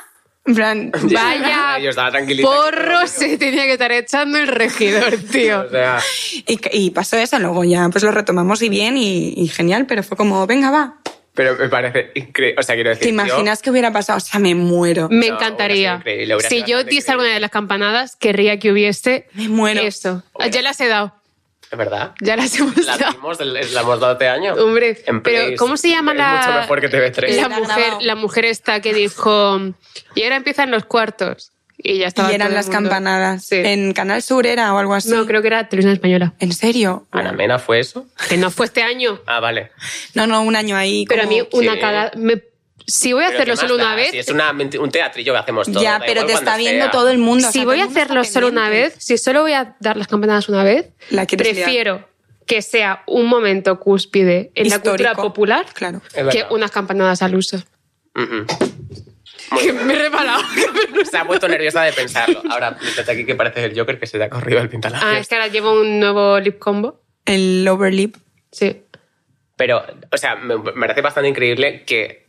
S3: En plan,
S2: Vaya
S1: Yo estaba tranquilita aquí, pero
S2: porro
S1: bueno.
S2: se tenía que estar echando el regidor, tío.
S1: O sea,
S3: Y, y pasó eso, luego ya pues lo retomamos y bien y, y genial, pero fue como, venga, va.
S1: pero me parece increíble. O sea, quiero decir.
S3: ¿Te
S1: yo-
S3: imaginas qué hubiera pasado? O sea, me muero.
S2: Me
S1: No,
S2: encantaría.
S1: hubiera sido increíble, hubiera
S2: si
S1: sido
S2: yo
S1: bastante
S2: diese
S1: increíble.
S2: alguna de las campanadas, querría que hubiese
S3: Me muero.
S2: eso.
S1: Bueno.
S2: Ya las he dado.
S1: Es verdad.
S2: Ya las hemos
S1: La
S2: dado.
S1: dimos, el- el- la hemos dado este año.
S2: Hombre,
S1: En
S2: pero
S1: Place.
S2: ¿cómo se llama
S1: Es
S2: la-
S1: Mucho mejor que TV3.
S2: La
S3: Era
S2: mujer,
S3: grabado.
S2: la mujer esta que dijo. Y ahora empiezan los cuartos. Y ya estaba. todo
S3: Y eran
S2: el
S3: las
S2: mundo.
S3: campanadas.
S2: Sí.
S3: En Canal Sur era o algo así.
S2: No, creo que era Televisión Española.
S3: ¿En serio?
S1: ¿Ana Mena fue eso?
S2: Que no fue este año.
S1: Ah, vale.
S3: No, no, un año ahí.
S2: Pero a
S3: como-
S2: mí, una
S1: Sí.
S2: cagada. me- Si voy a
S1: Pero
S2: hacerlo
S1: ¿qué más
S2: solo
S1: da?
S2: una vez.
S1: Si es una menti- un teatrillo que hacemos todos.
S3: Ya,
S1: da
S3: pero
S1: igual
S3: te
S1: cuando
S3: está viendo
S1: sea.
S3: todo el mundo. o sea,
S2: si
S3: todo
S2: voy
S3: el
S2: a
S3: mundo está
S2: hacerlo solo una
S3: pendiente.
S2: vez, si solo voy a dar las campanadas una vez,
S3: La quieres liar.
S2: prefiero que sea un momento cúspide en
S3: Histórico.
S2: la cultura popular
S3: Claro.
S1: Es
S2: que
S1: verdad.
S2: unas campanadas al uso.
S1: Ujú.
S2: Que me he reparado.
S1: Se ha vuelto nerviosa de pensarlo. Ahora, fíjate aquí que pareces el Joker que se te ha corrido el pintalabios.
S2: ah, es que ahora llevo un nuevo lip combo.
S3: El overlip.
S2: Sí.
S1: Pero, o sea, me, me parece bastante increíble que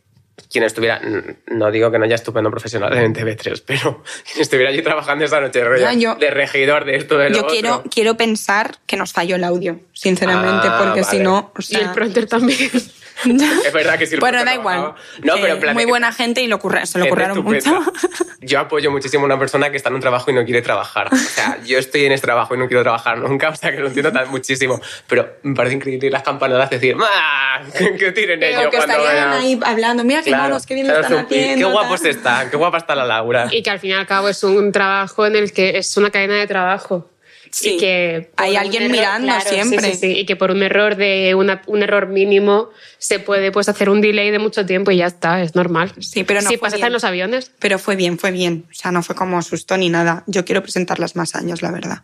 S1: quien estuviera, n- no digo que no haya estupendo profesional en TV3, pero quien estuviera allí trabajando esa noche, rollo,
S3: Ya, yo-
S1: de regidor de esto, de lo
S3: Yo quiero,
S1: otro.
S3: quiero pensar que nos falló el audio, sinceramente,
S1: Ah,
S3: porque si
S1: vale.
S3: no. o sea,
S2: y el pronter también.
S1: es verdad que sí. el
S3: Bueno,
S1: prota
S3: da igual.
S1: trabajaba. No,
S3: Eh,
S1: pero en plan
S3: Muy
S1: de que
S3: buena gente y lo curra- se lo
S1: gente
S3: curraron mucho.
S1: estupenda. Yo apoyo muchísimo a una persona que está en un trabajo y no quiere trabajar. O sea, yo estoy en este trabajo y no quiero trabajar nunca, o sea que lo entiendo tan muchísimo. Pero me parece increíble las campanadas decir, ¡Ah! Que que tiren
S2: Pero
S1: ellos
S3: que
S1: cuando
S3: estarían
S1: vayan.
S3: ahí hablando, mira qué
S1: Claro,
S3: monos, qué bien
S1: claro,
S3: lo están
S1: supi-
S3: haciendo.
S1: Qué
S3: tal.
S1: guapos están, qué guapa está la Laura.
S2: Y que al fin y al cabo es un trabajo en el que es una cadena de trabajo.
S3: Sí.
S2: Y que por
S3: Hay
S2: un
S3: alguien mirando
S2: sí,
S3: siempre.
S2: sí, sí. Y que por un error de una- un error mínimo se puede pues hacer un delay de mucho tiempo y ya está, es normal.
S3: Sí, pero no
S2: Si
S3: fue
S2: pasa hasta
S3: bien.
S2: en los aviones.
S3: Pero fue bien, fue bien. O sea, no fue como susto ni nada. Yo quiero presentarlas más años, la verdad.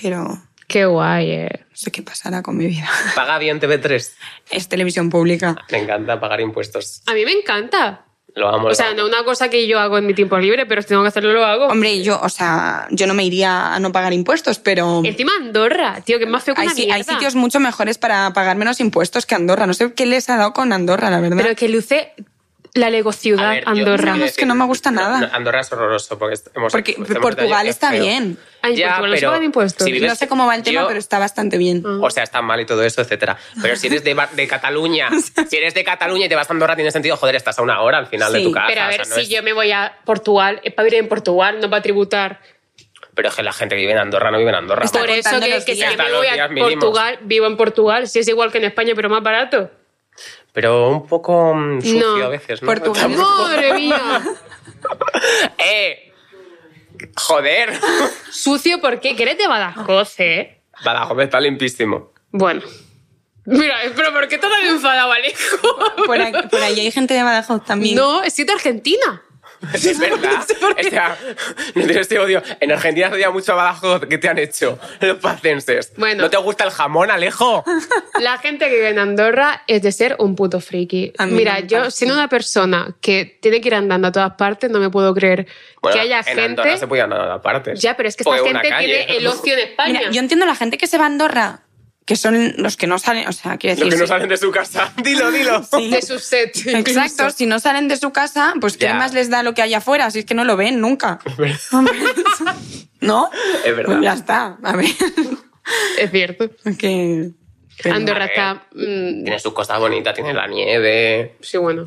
S3: Pero no
S2: Qué guay, eh.
S3: sé qué pasará con mi vida.
S1: Paga bien TV3.
S3: Es televisión pública.
S1: Me encanta pagar impuestos.
S2: A mí me encanta.
S1: Lo amo.
S2: O sea, no una cosa que yo hago en mi tiempo libre, pero si tengo que hacerlo, lo hago.
S3: Hombre, yo, o sea, yo no me iría a no pagar impuestos, pero
S2: Encima Andorra, tío, que es más feo que
S3: hay,
S2: una
S3: si- hay
S2: mierda.
S3: sitios mucho mejores para pagar menos impuestos que Andorra. No sé qué les ha dado con Andorra, la verdad.
S2: Pero que luce la legociudad
S1: A ver, yo-
S2: Andorra.
S3: No, es que no me gusta nada.
S1: Andorra es horroroso. Porque est- hemos-
S3: Porque
S1: hemos estado
S3: Portugal
S1: ya-
S3: está
S1: es feo.
S3: bien.
S2: Ay,
S1: Ya,
S2: Portugal no se
S1: pero
S2: pagan impuestos.
S1: si vives-
S3: No sé cómo va el tema,
S1: Yo-
S3: pero está bastante bien.
S1: O sea, está mal y todo eso, etcétera. Pero si eres de, Ba- de Cataluña, si eres de Cataluña y te vas a Andorra, tiene sentido, joder, estás a una hora al final de
S3: Sí,
S1: tu casa.
S2: Pero a
S1: o sea,
S2: ver,
S1: no
S2: si
S1: es-
S2: yo me voy a Portugal, es para vivir en Portugal, no para tributar.
S1: Pero es que la gente que vive en Andorra no vive en Andorra.
S3: Está
S2: Por
S1: vamos.
S2: eso
S3: contando
S2: que,
S3: los
S2: que si
S3: días.
S2: yo me
S1: Hasta los
S2: voy a
S1: días mínimos.
S2: Portugal, vivo en Portugal, si es igual que en España, pero más barato.
S1: Pero un poco mm, sucio
S2: No.
S1: a veces, ¿no?
S3: Portugal.
S1: Tampoco-
S2: ¡Madre mía!
S1: ¡Eh! ¡Joder!
S2: Sucio, ¿por qué? Que eres de Badajoz, ¿eh?
S1: Badajoz está limpísimo.
S2: Bueno. Mira, pero ¿por qué todavía enfadado, Alejo?
S3: Por, aquí- por ahí hay gente de Badajoz también.
S2: No, es de Argentina.
S1: Es verdad. O sea, no tienes este odio. En Argentina se odia mucho a Badajoz. ¿Qué te han hecho los pacenses?
S2: Bueno.
S1: ¿No te gusta el jamón, Alejo?
S2: La gente que vive en Andorra es de ser un puto friki.
S3: A mí
S2: Mira,
S3: no me
S2: yo
S3: parece.
S2: siendo una persona que tiene que ir andando a todas partes, no me puedo creer
S1: Bueno,
S2: que haya
S1: en
S2: gente...
S1: Andorra se Pues podía andar aparte.
S2: Ya, pero es que esta gente tiene el ocio en España.
S3: Mira, yo entiendo a la gente que se va a Andorra, que son los que no salen, o sea, quiero
S1: Los
S3: decir...
S1: que no
S3: sí.
S1: salen de su casa. Dilo, dilo.
S2: De su set.
S3: Exacto, si no salen de su casa, pues ¿qué
S1: Ya.
S3: más les da lo que hay afuera? Si es que no lo ven nunca. ¿No?
S1: Es verdad.
S3: Pues ya está, a ver.
S2: Es cierto.
S3: que... pero-
S2: Andorra
S1: A ver.
S2: está... mm,
S1: Tiene sus cosas bonitas, tiene la nieve,
S2: sí, bueno.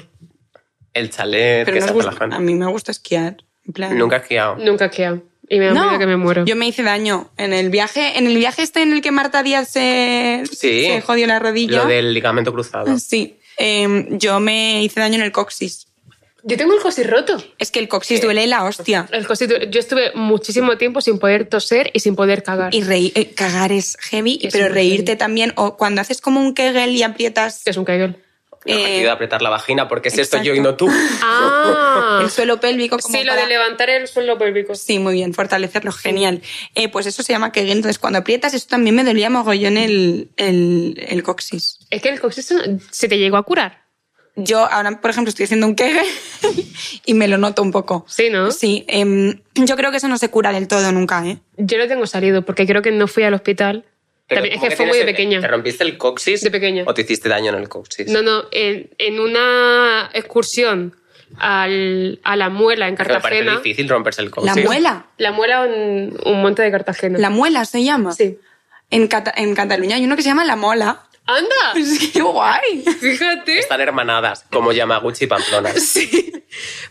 S1: el chalet,
S3: Pero
S1: que
S3: nos
S1: se
S3: gusta-
S1: relajante.
S3: a mí me gusta esquiar. en plan-
S1: Nunca he esquiado.
S2: Nunca queda. Y me da
S3: No,
S2: miedo que me muero.
S3: yo me hice daño en el viaje, en el viaje este en el que Marta Díaz se,
S1: Sí.
S3: se jodió la rodilla.
S1: Lo del ligamento cruzado.
S3: Sí, em, yo me hice daño en el coxis.
S2: Yo tengo el cosis roto.
S3: Es que el coxis duele la hostia.
S2: El cosis... Yo estuve muchísimo tiempo sin poder toser y sin poder cagar.
S3: Y reír, eh, cagar es heavy,
S2: Es
S3: pero
S2: muy
S3: reírte
S2: heavy.
S3: también, o cuando haces como un kegel y aprietas
S2: Es un caigol.
S1: No,
S3: Eh,
S1: me he ido a apretar la vagina porque es esto
S3: exacto.
S1: yo y no tú.
S2: Ah.
S3: el suelo pélvico como
S2: Sí, lo
S3: para-
S2: de levantar el suelo pélvico.
S3: Sí, muy bien, fortalecerlo, genial. Eh, pues eso se llama kegel, entonces cuando aprietas, eso también me dolía mogollón el, el, el coxis.
S2: Es que el coxis se te llegó a curar.
S3: Yo ahora, por ejemplo, estoy haciendo un kegel y me lo noto un poco.
S2: Sí, ¿no?
S3: Sí, em, yo creo que eso no se cura del todo nunca, ¿eh?
S2: Yo lo tengo salido porque creo que no fui al hospital.
S1: Pero
S2: También, es
S1: ¿cómo
S2: que fue
S1: tienes
S2: muy de
S1: el-
S2: pequeña.
S1: ¿Te rompiste el coxis?
S2: De pequeña.
S1: ¿O te hiciste daño en el coxis?
S2: No, no, en, en una excursión al- a la muela en
S1: Es que me parece
S2: Cartagena.
S1: difícil romperse el coxis.
S3: La muela.
S2: La muela en un monte de Cartagena.
S3: La muela se llama.
S2: Sí.
S3: En, Cata- en Cataluña hay uno que se llama la mola.
S2: ¡Anda!
S3: Es que guay.
S2: Fíjate.
S1: Están hermanadas, como Yamaguchi y Pamplona.
S2: Sí.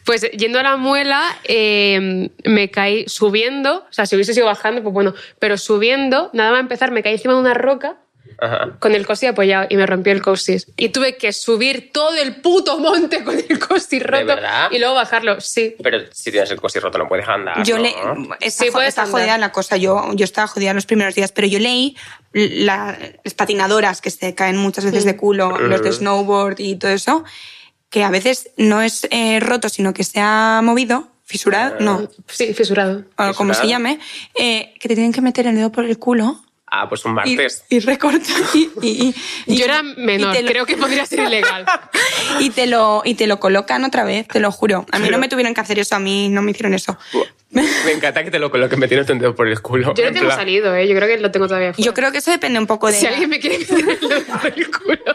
S2: Pues yendo a la muela, eh, me caí subiendo. O sea, si hubiese sido bajando, pues bueno. Pero subiendo, nada más empezar, me caí encima de una roca.
S1: Ajá.
S2: con el cosi apoyado y me rompió el cosis. Y tuve que subir todo el puto monte con el cosi roto
S1: verdad?
S2: y luego bajarlo. Sí.
S1: Pero si tienes el coxis roto no puedes andar.
S3: Yo
S1: Ah, ¿no?
S3: le... Está,
S2: Sí,
S3: jo-
S2: puedes
S3: está
S2: andar.
S3: jodida la cosa. Yo, yo estaba jodida los primeros días, pero yo leí la- las patinadoras que se caen muchas veces de culo, los de snowboard y todo eso, que a veces no es eh, roto, sino que se ha movido, fisurado, no,
S2: Sí, fisurado.
S3: o como se
S1: Fisurado.
S3: llame, eh, que te tienen que meter el dedo por el culo
S1: Ah, pues un
S3: y,
S1: martes.
S3: y recortar. Y, y- y-
S2: Yo era
S3: y
S2: menor,
S3: te lo-
S2: creo que podría ser ilegal.
S3: y te lo y te lo colocan otra vez, te lo juro. A mí no me tuvieron que hacer eso, a mí no me hicieron eso.
S1: Me encanta que te lo coloques metiendo tu dedo por el culo.
S2: Yo no
S1: en
S2: tengo
S1: plan-
S2: salido, ¿eh? yo creo que lo tengo todavía. fuera.
S3: Yo creo que eso depende un poco de
S2: Si
S3: la,
S2: alguien me quiere meter el dedo por el culo.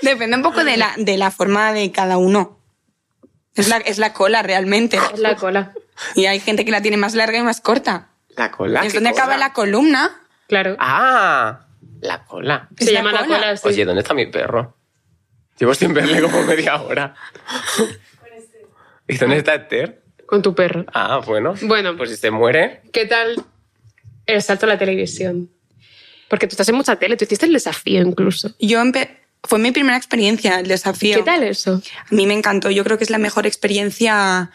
S3: depende un poco de la de la forma de cada uno. Es la, es la cola realmente.
S2: Es la cola.
S3: Y hay gente que la tiene más larga y más corta.
S1: La cola.
S3: es
S1: Ah, qué
S3: donde acaba
S1: cosa.
S3: la columna.
S2: Claro.
S1: Ah, la cola.
S2: se
S3: es la
S2: llama la
S3: cola.
S2: cola, sí.
S1: Oye, ¿dónde está mi perro? Llevo sin verle como media hora. ¿Y dónde está Esther?
S2: Con tu perro.
S1: Ah, bueno.
S2: Bueno.
S1: Pues si se muere.
S2: ¿Qué tal el salto a la televisión? Porque tú estás en mucha tele, tú hiciste el desafío incluso.
S3: Yo empe- fue mi primera experiencia, el desafío.
S2: ¿Qué tal eso?
S3: A mí me encantó. Yo creo que es la mejor experiencia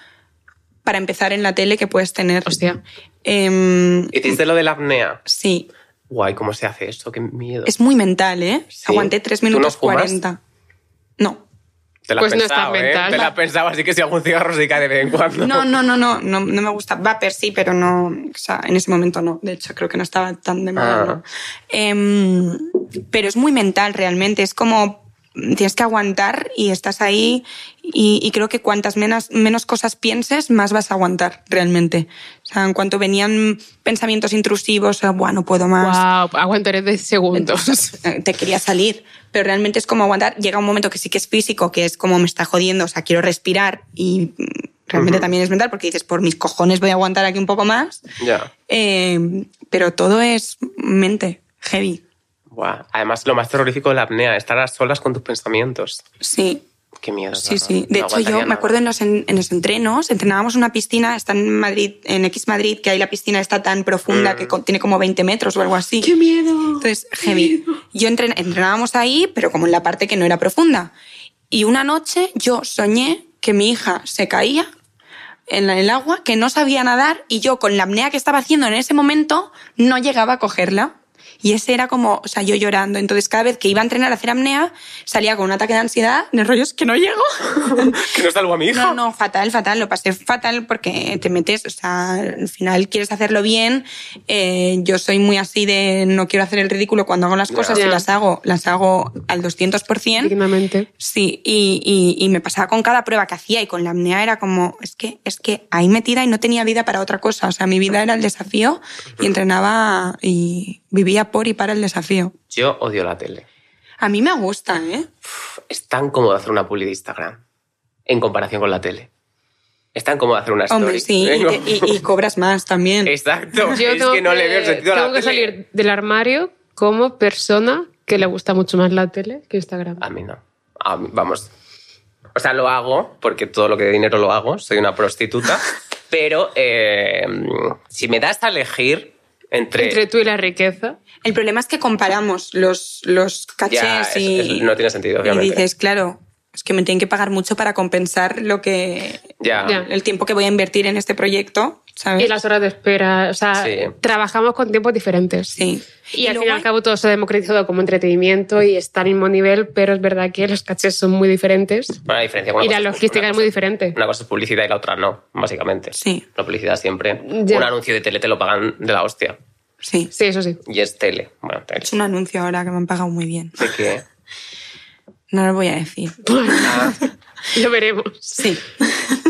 S3: para empezar en la tele que puedes tener.
S2: Hostia.
S3: Em,
S1: Hiciste lo de la apnea.
S3: sí,
S1: Guay, ¿cómo se hace eso? Qué miedo.
S3: es muy mental, ¿eh?
S1: Sí.
S3: Aguanté 3
S1: ¿Tú no
S3: minutos
S1: fumas?
S3: 40. No.
S1: Te la
S2: Pues no
S1: pensaba,
S2: estás
S1: ¿eh?
S2: mental.
S1: Te la pensaba, así que si algún cigarro se cae de vez en cuando.
S3: No, no, no, no, no, no me gusta. Vapor sí, pero no, o sea, en ese momento no. De hecho, creo que no estaba tan de moda.
S1: Ah.
S3: ¿no? Em, pero es muy mental realmente, es como mm, tienes que aguantar y estás ahí y, y creo que cuantas menos, menos cosas pienses, más vas a aguantar realmente. O sea, en cuanto venían pensamientos intrusivos, bueno, no puedo más,
S2: Wow, aguantaré 10 segundos.
S3: eh, te quería salir, pero realmente es como aguantar. Llega un momento que sí que es físico, que es como me está jodiendo, o sea, quiero respirar y mm, realmente también es mental porque dices, por mis cojones voy a aguantar aquí un poco más,
S1: Ya.
S3: Eh, pero todo es mente, heavy.
S1: Buah. Además, lo más terrorífico de la apnea, estar a solas con tus pensamientos.
S3: Sí,
S1: Qué miedo.
S3: sí,
S1: no,
S3: sí.
S1: no
S3: De hecho, yo
S1: aguantaría
S3: me
S1: nada.
S3: acuerdo en los, en, en los entrenos, entrenábamos en una piscina, está en Madrid, en X Madrid, que ahí la piscina está tan profunda
S1: Mm.
S3: que co- tiene como 20 metros o algo así.
S2: miedo!
S3: Entonces, heavy. Yo entren- entrenábamos ahí, pero como en la parte que no era profunda. Y una noche yo soñé que mi hija se caía en la- el agua, que no sabía nadar y yo con la apnea que estaba haciendo en ese momento no llegaba a cogerla. Y ese era como, o sea, yo llorando. Entonces, cada vez que iba a entrenar a hacer apnea, salía con un ataque de ansiedad, de rollos que no llego.
S1: Que no salvo a mi hija.
S3: No, no, fatal, fatal. Lo pasé fatal porque te metes, o sea, al final quieres hacerlo bien. Eh, yo soy muy así de no quiero hacer el ridículo cuando hago las
S1: Ya.
S3: cosas
S2: Ya.
S3: y las hago, las hago al 200%.
S2: Dignamente.
S3: Sí, y, y- y me pasaba con cada prueba que hacía y con la apnea era como, es que, es que ahí metida y no tenía vida para otra cosa. O sea, mi vida era el desafío y entrenaba y vivía por y para el desafío.
S1: Yo odio la tele.
S3: A mí me gusta, ¿eh?
S1: Es tan cómodo hacer una publi de Instagram en comparación con la tele. Es tan cómodo hacer una story.
S3: Hombre, sí, y,
S1: Vengo.
S3: te- y- y cobras más también.
S1: Exacto.
S2: Yo
S1: es
S2: tengo
S1: que no le veo el sentido a la
S2: tengo que
S1: tele.
S2: salir del armario como persona que le gusta mucho más la tele que Instagram.
S1: A mí no. A mí- vamos. O sea, lo hago porque todo lo que de dinero lo hago. Soy una prostituta. pero eh, si me das a elegir entre.
S2: Entre tú y la riqueza.
S3: El problema es que comparamos los, los cachés
S1: Ya, es-
S3: y,
S1: es- no tiene sentido,
S3: y
S1: obviamente.
S3: dices, claro, es que me tienen que pagar mucho para compensar lo que
S1: ya.
S2: Ya.
S3: el tiempo que voy a invertir en este proyecto, ¿sabes?
S2: Y las horas de espera. O sea,
S1: Sí.
S2: trabajamos con tiempos diferentes.
S3: Sí.
S2: Y, al
S3: luego
S2: fin y al
S3: hay-
S2: cabo todo se ha democratizado como entretenimiento y está al mismo nivel, pero es verdad que los cachés son muy diferentes
S1: Bueno, la diferencia. una
S2: y la
S1: cosa-
S2: logística
S1: una
S2: es muy
S1: cosa-
S2: diferente.
S1: Una cosa es publicidad y la otra no, básicamente.
S3: Sí.
S1: La publicidad siempre.
S2: Ya.
S1: Un anuncio de tele te lo pagan de la hostia.
S3: Sí.
S2: Sí, eso sí.
S1: Y es tele. Bueno, tele.
S3: He hecho un anuncio ahora que me han pagado muy bien.
S1: ¿De qué?
S3: No lo voy a decir.
S1: Ah,
S2: Lo veremos.
S3: Sí.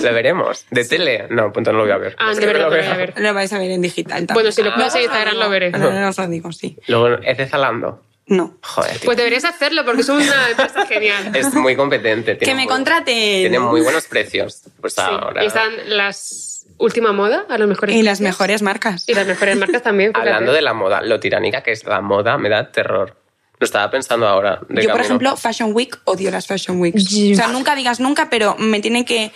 S1: lo veremos. ¿De tele? No, punto, no lo voy a ver.
S2: Ah,
S1: Es
S2: de
S1: que no
S2: verdad,
S1: lo
S2: lo voy
S1: veo.
S2: a ver.
S3: Lo vais a ver en digital también.
S2: Bueno, si lo
S1: Ah.
S2: pones en Instagram lo veré.
S3: Pero no os lo digo, sí.
S1: Luego, es de Zalando.
S3: No.
S1: Joder, tío.
S2: Pues deberías hacerlo porque es una empresa genial.
S1: Es muy competente. tiene
S3: Que me
S1: muy-
S3: contraten.
S1: Tiene muy buenos precios. Pues
S2: Sí.
S1: ahora.
S2: Y están las última moda, a los mejores.
S3: Y las
S2: precios.
S3: mejores marcas.
S2: Y las mejores marcas también. fíjate.
S1: Hablando de la moda, lo tiránica que es la moda me da terror. Lo estaba pensando ahora. de
S3: Yo, por
S1: camino.
S3: ejemplo, Fashion Week, odio las Fashion Weeks.
S2: Yeah.
S3: O sea, nunca digas nunca, pero me tiene que